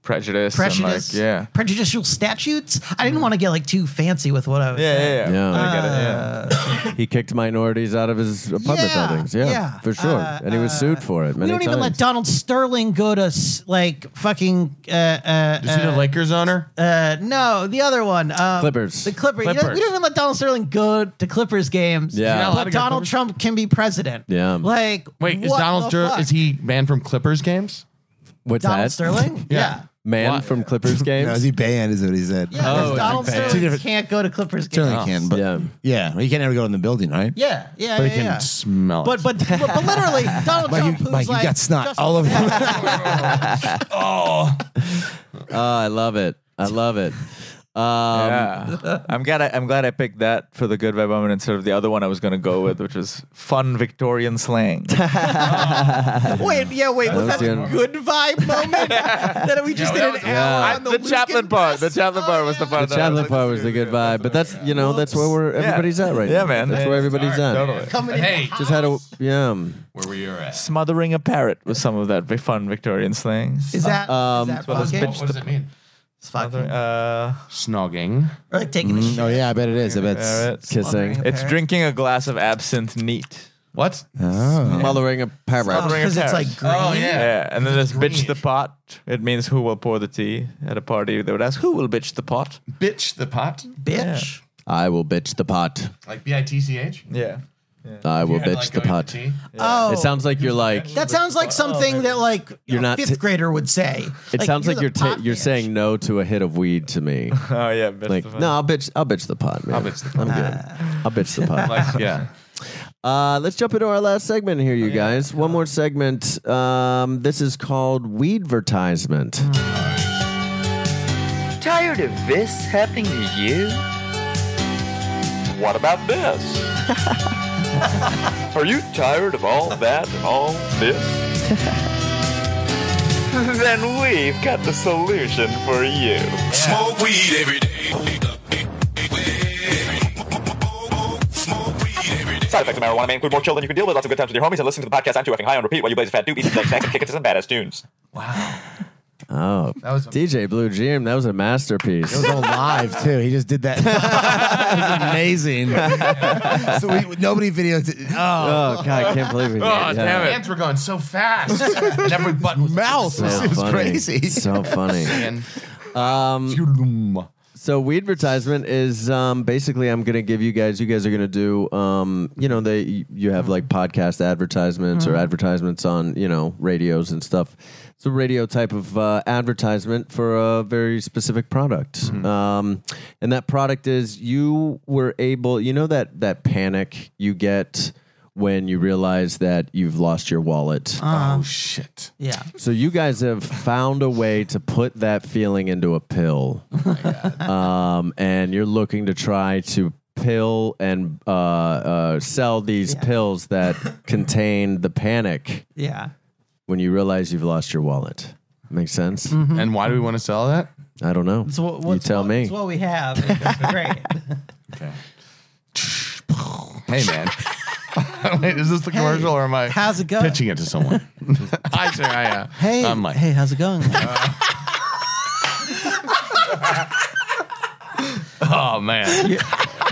Prejudice.
prejudice
And like, yeah.
prejudicial statutes. I didn't want to get like too fancy with what I was. saying.
Mm-hmm. Yeah.
Uh,
he kicked minorities out of his apartment
Yeah,
buildings. Yeah,
yeah. Uh,
for sure. and he was sued for it many
we don't even let
times.
Donald Sterling go to s- like fucking. Uh, uh,
Does he
uh,
the Lakers owner?
Uh, no, the other one. Um,
Clippers.
The Clippers. You don't-
Clippers.
we don't even let Donald Sterling go to Clippers games.
Yeah. You're not allowed to
But
go to
Donald
Clippers?
Trump can be president.
Yeah.
Like,
Wait, is
what
Donald
the
Ster-
fuck?
is he banned from Clippers games?
What's
Donald Sterling? yeah.
Man from Clippers games.
No, is he banned? Is what he said.
Yeah, 'cause Donald
Oh, Two
Sterling
different-
can't go to Clippers games.
Sterling can, but yeah, well, he can't ever go in the building, right?
Yeah, yeah,
but
yeah.
he can
yeah.
smell
But, but but but literally, Donald
Mike, you-
Trump, who's
Mike, you
like,
got snot all over.
oh. I love it. I love it. Um,
yeah. I'm glad I, I'm glad I picked that for the good vibe moment instead of the other one I was going to go with, which was fun Victorian slang.
Wait, yeah, wait, was
That was
that the
the-
good vibe moment that we just did an hour
I-
on
the chaplain part. The chaplain part was the
the
part. that I was
chaplain
like,
part was the good vibe, but that's you know that's where we're
Yeah.
everybody's at right
Yeah,
now.
man.
That's
Yeah,
where
yeah.
everybody's at.
Totally.
coming in.
Hey,
Just had a yeah.
where were you at?
Smothering a parrot with some of that vi- fun Victorian slang.
Is that,
Um,
is that
what was
fucking?
What does it mean?
It's fucking.
Uh,
Snogging.
Or like taking a
Mm,
shit.
oh yeah, I bet it is. I bet
parrot.
it's
Kissing.
It's drinking a glass of absinthe neat.
What?
Uh,
Oh.
Smothering a parrot.
Smothering a
Because it's
parrot.
like green. Oh,
Yeah. and then there's bitch the pot. It means who will pour the tea at a party. They would ask who will bitch the pot.
Bitch the pot.
Bitch.
I will bitch the pot.
Like B I T C H?
Yeah,
I will
You had,
bitch
like,
the
going
pot.
to tea?
Oh.
It sounds like you're like.
that sounds like something that like
You're
a
not
fifth
t-
grader would say.
It sounds like
the
you're ta-
pot
you're
bitch.
saying no to a hit of weed to me.
Oh yeah, bitch
Like
the pot.
no, I'll bitch. I'll bitch the pot, man. I'll bitch the pot. I'm good. I'll bitch the pot.
Like, yeah.
Uh, let's jump into our last segment here, you guys. One more segment. Um, this is called Weedvertisement.
Tired of this happening to you?
What about this? Are you tired of all that and all this?
then we've got the solution for you.
Smoke weed every day.
Side effects of marijuana may include more chill than you can deal with, lots of good times with your homies, and listen to the podcast I'm too effing high on repeat while you blaze a fat doop, eat some snacks, and kick it to some badass tunes.
Oh, that was DJ Blue Jim. That was a masterpiece.
It was all live too. He just did that. it was amazing. so we, nobody videoed it.
oh
Oh,
God, I can't believe we did.
Oh,
yeah.
damn it. Hands were going so fast. and every button was
mouth.
So
it was
funny.
crazy.
So funny.
And
Um,
oh,
Zoom.
So weed advertisement is um, basically I'm going to give you guys. You guys are going to do. Um, you know, they you have like podcast advertisements or
Mhm.
advertisements on you know radios and stuff. It's a radio type of uh, advertisement for a very specific product, um, and that product is you were able. You know that that panic you get when you realize that you've lost your wallet.
Uh-huh.
shit.
Yeah.
So you guys have found a way to put that feeling into a pill, um, and you're looking to try to pill and uh, uh, sell these pills that contain the panic
Yeah.
when you realize you've lost your wallet. Makes sense.
Mhm.
And why do we want to sell that?
I don't know.
It's what,
you
what's
tell
what-
me.
It's what we have. It's great.
Hey, man. Wait, is this the commercial or am I
how's it going?
pitching it to someone? I say, I, uh,
Hey,
I'm like,
hey, how's it going?
oh, man.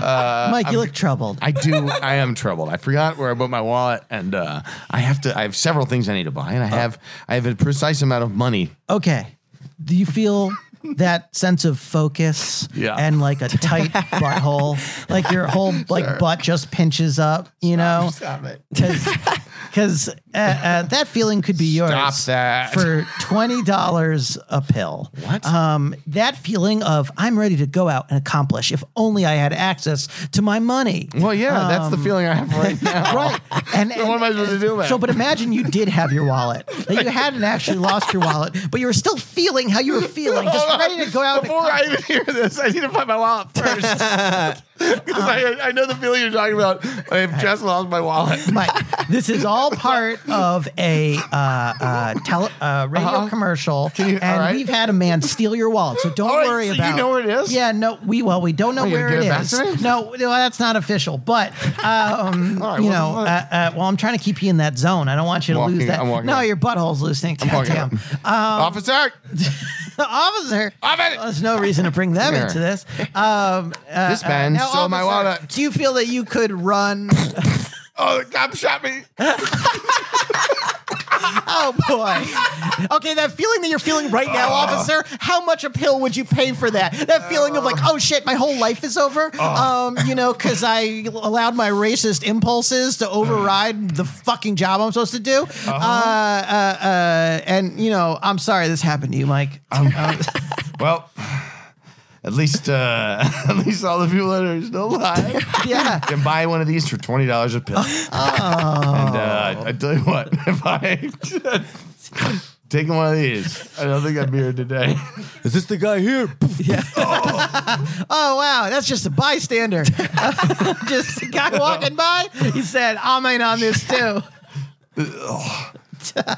Uh,
Mike, you
I'm-
look troubled.
I do. I am troubled. I forgot where I put my wallet, and uh, I have to. I have several things I need to buy, and I
Uh.
have. I have a precise amount of money.
Okay. Do you feel that sense of focus
Yeah.
and like a tight butthole? Like your whole like butt just pinches up, you know?
Stop it.
Because uh, uh, that feeling could be yours
that.
for $20 a pill. What? Um, that feeling of I'm ready to go out and accomplish if only I had access to my money.
Well, yeah, that's the feeling I have right now.
Um, right. And,
So what am I supposed to do about
So,
it?
but imagine you did have your wallet, that you hadn't actually lost your wallet, but you were still feeling how you were feeling,
Hold
just
on.
ready to go out. and
Before I even hear this, I need to find my wallet first. Because I, I know the feeling you're talking about. I have just lost my wallet.
Mike, this is all part of a uh, uh, tele, uh, radio commercial, and
Uh-huh. alright.
we've had a man steal your wallet, so don't worry
so you
about.
know where it is?
Yeah, no, we well, we don't know
Are you
where
gonna
it
give it back
is.
to me?
No, no, that's not official. But um,
Alright,
you
well,
know, uh,
what-
uh, well, I'm trying to keep you in that zone. I don't want you to lose
Walking-
that.
I'm walking
no,
out.
your butthole's loosening.
I'm walking
Goddamn. Um, officer,
uh,
officer, well, there's no reason to bring them
Come
into
here.
this. Um, uh,
This
uh,
man
now,
stole my
officer,
wallet.
Do you feel that you could run?
Oh, the cop shot me.
Oh boy. Okay, that feeling that you're feeling right now, officer, how much a pill would you pay for that? That feeling of like, oh shit, my whole life is over. Um, you know, cause I allowed my racist impulses to override the fucking job I'm supposed to do. Uh, uh, uh, and you know, I'm sorry this happened to you, Mike. Um,
Well, at least uh, at least all the people that are still alive
yeah.
can buy one of these for twenty dollars a pill.
Oh.
And uh, I tell you what, if I taking one of these, I don't think I'd be here today.
Is this the guy here?
Oh wow, that's just a bystander. just a guy walking by. He said, I'm in on this too.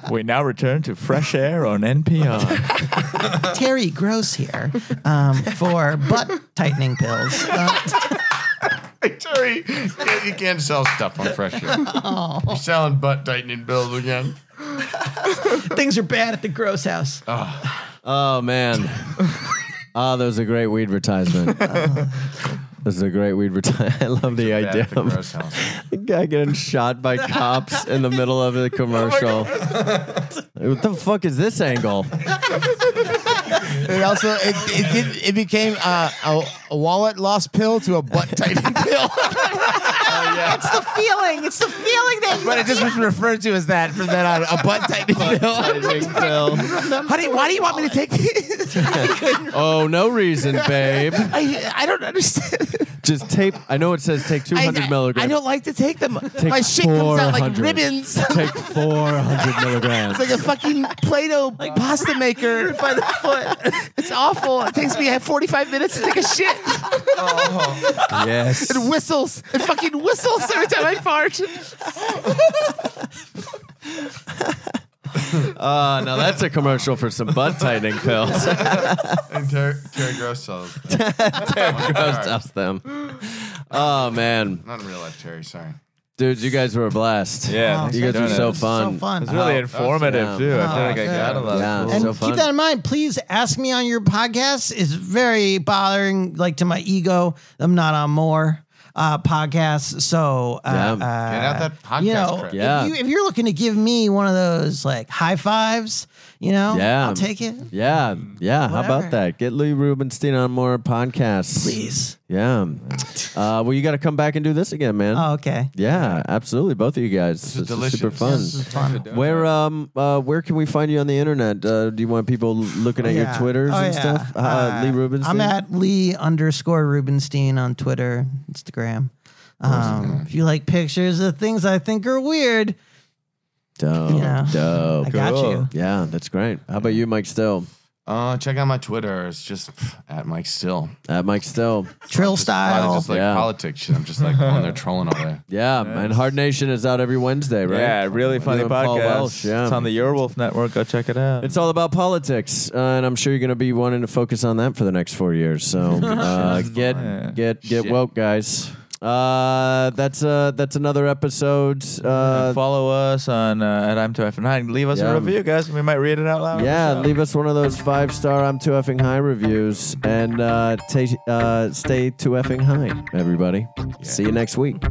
we now return to fresh air on NPR.
Terry Gross here um, for butt tightening pills. Uh,
Terry, you can't- you can't sell stuff on fresh air. You're selling butt tightening bills again.
things are bad at the Gross house.
Oh man. Ah, that was a great weed advertisement. This is a great weed advertisement. I love the
bad
idea
at the gross
of
house.
a guy getting shot by cops in the middle of
Oh
a commercial. what the fuck is this angle?
It also it it, did, it became uh, a, a wallet lost pill to a butt tightening pill,
It's the feeling. It's the feeling that you
but it just was referred to as that from then on. A butt tightening pill. Honey, why do you want me to take?
oh, no reason, babe.
I I don't understand.
Just tape. I know it says take 200
I,
milligrams.
I don't like to take them.
Take
My shit comes out like
400.
ribbons.
Take 400 milligrams.
It's like a fucking Play-Doh pasta maker by the foot. It's awful. It takes me 45 minutes to take a shit.
Oh. yes.
It whistles. It fucking whistles every time I fart.
Uh, now that's a commercial for some butt tightening pills.
And Terry, Terry Gross sells.
Terry Gross does them. Oh man,
Not in real life, Terry. Sorry.
dude, you guys were a blast.
Yeah,
you guys
thanks for
were
doing
so
it.
fun.
So fun.
It's really informative, too. I feel like I
good.
got a lot of
Yeah,
cool-
so
And
fun.
keep that in mind. Please ask me on your podcast. It's very bothering, like to my ego. I'm not on more. uh, podcasts. So uh,
Yeah.
uh,
Get out that podcast
You know,
credit.
if
Yeah.
you- if you're looking to give me one of those like high fives, you know,
yeah,
I'll take it.
Yeah, yeah. How
Whatever.
about that? Get Lee Rubenstein on more podcasts,
please.
Yeah. Uh, well, you got to come back and do this again, man.
Oh, okay.
Yeah, absolutely. Both of you guys. This is, super fun.
This is fun.
Where um uh, where can we find you on the internet? Uh, do you want people looking at
Yeah.
your Twitters
Oh,
and
yeah.
stuff? Uh,
Uh,
Lee Rubenstein.
I'm at Lee underscore Rubenstein on Twitter, Instagram. Um, if you like pictures of things I think are weird,
Dope.
Yeah.
Dope.
I got Cool. you.
Yeah, that's great. How about you, Mike Still?
Uh, check out my Twitter. It's just at Mike Still.
At Uh, Mike Still.
Trill
A lot of
style.
just like
Yeah.
politics shit. I'm just like on there trolling all day.
Yeah, and Hard Nation is out every Wednesday, right?
Yeah, really funny
You and Paul
podcast.
Welsh, yeah.
It's on the Earwolf Network. Go check it out.
It's all about politics, uh, and I'm sure you're going to be wanting to focus on that for the next four years. So uh, get get get woke, guys. Uh, that's uh, that's another episode. Uh,
follow us on uh, at I'm Two F Nine. Leave us
Yeah.
a review, guys. We might read it out loud.
yeah, leave us one of those five star I'm too effing high reviews, and uh, ta- uh, stay too effing high, everybody. See you next week.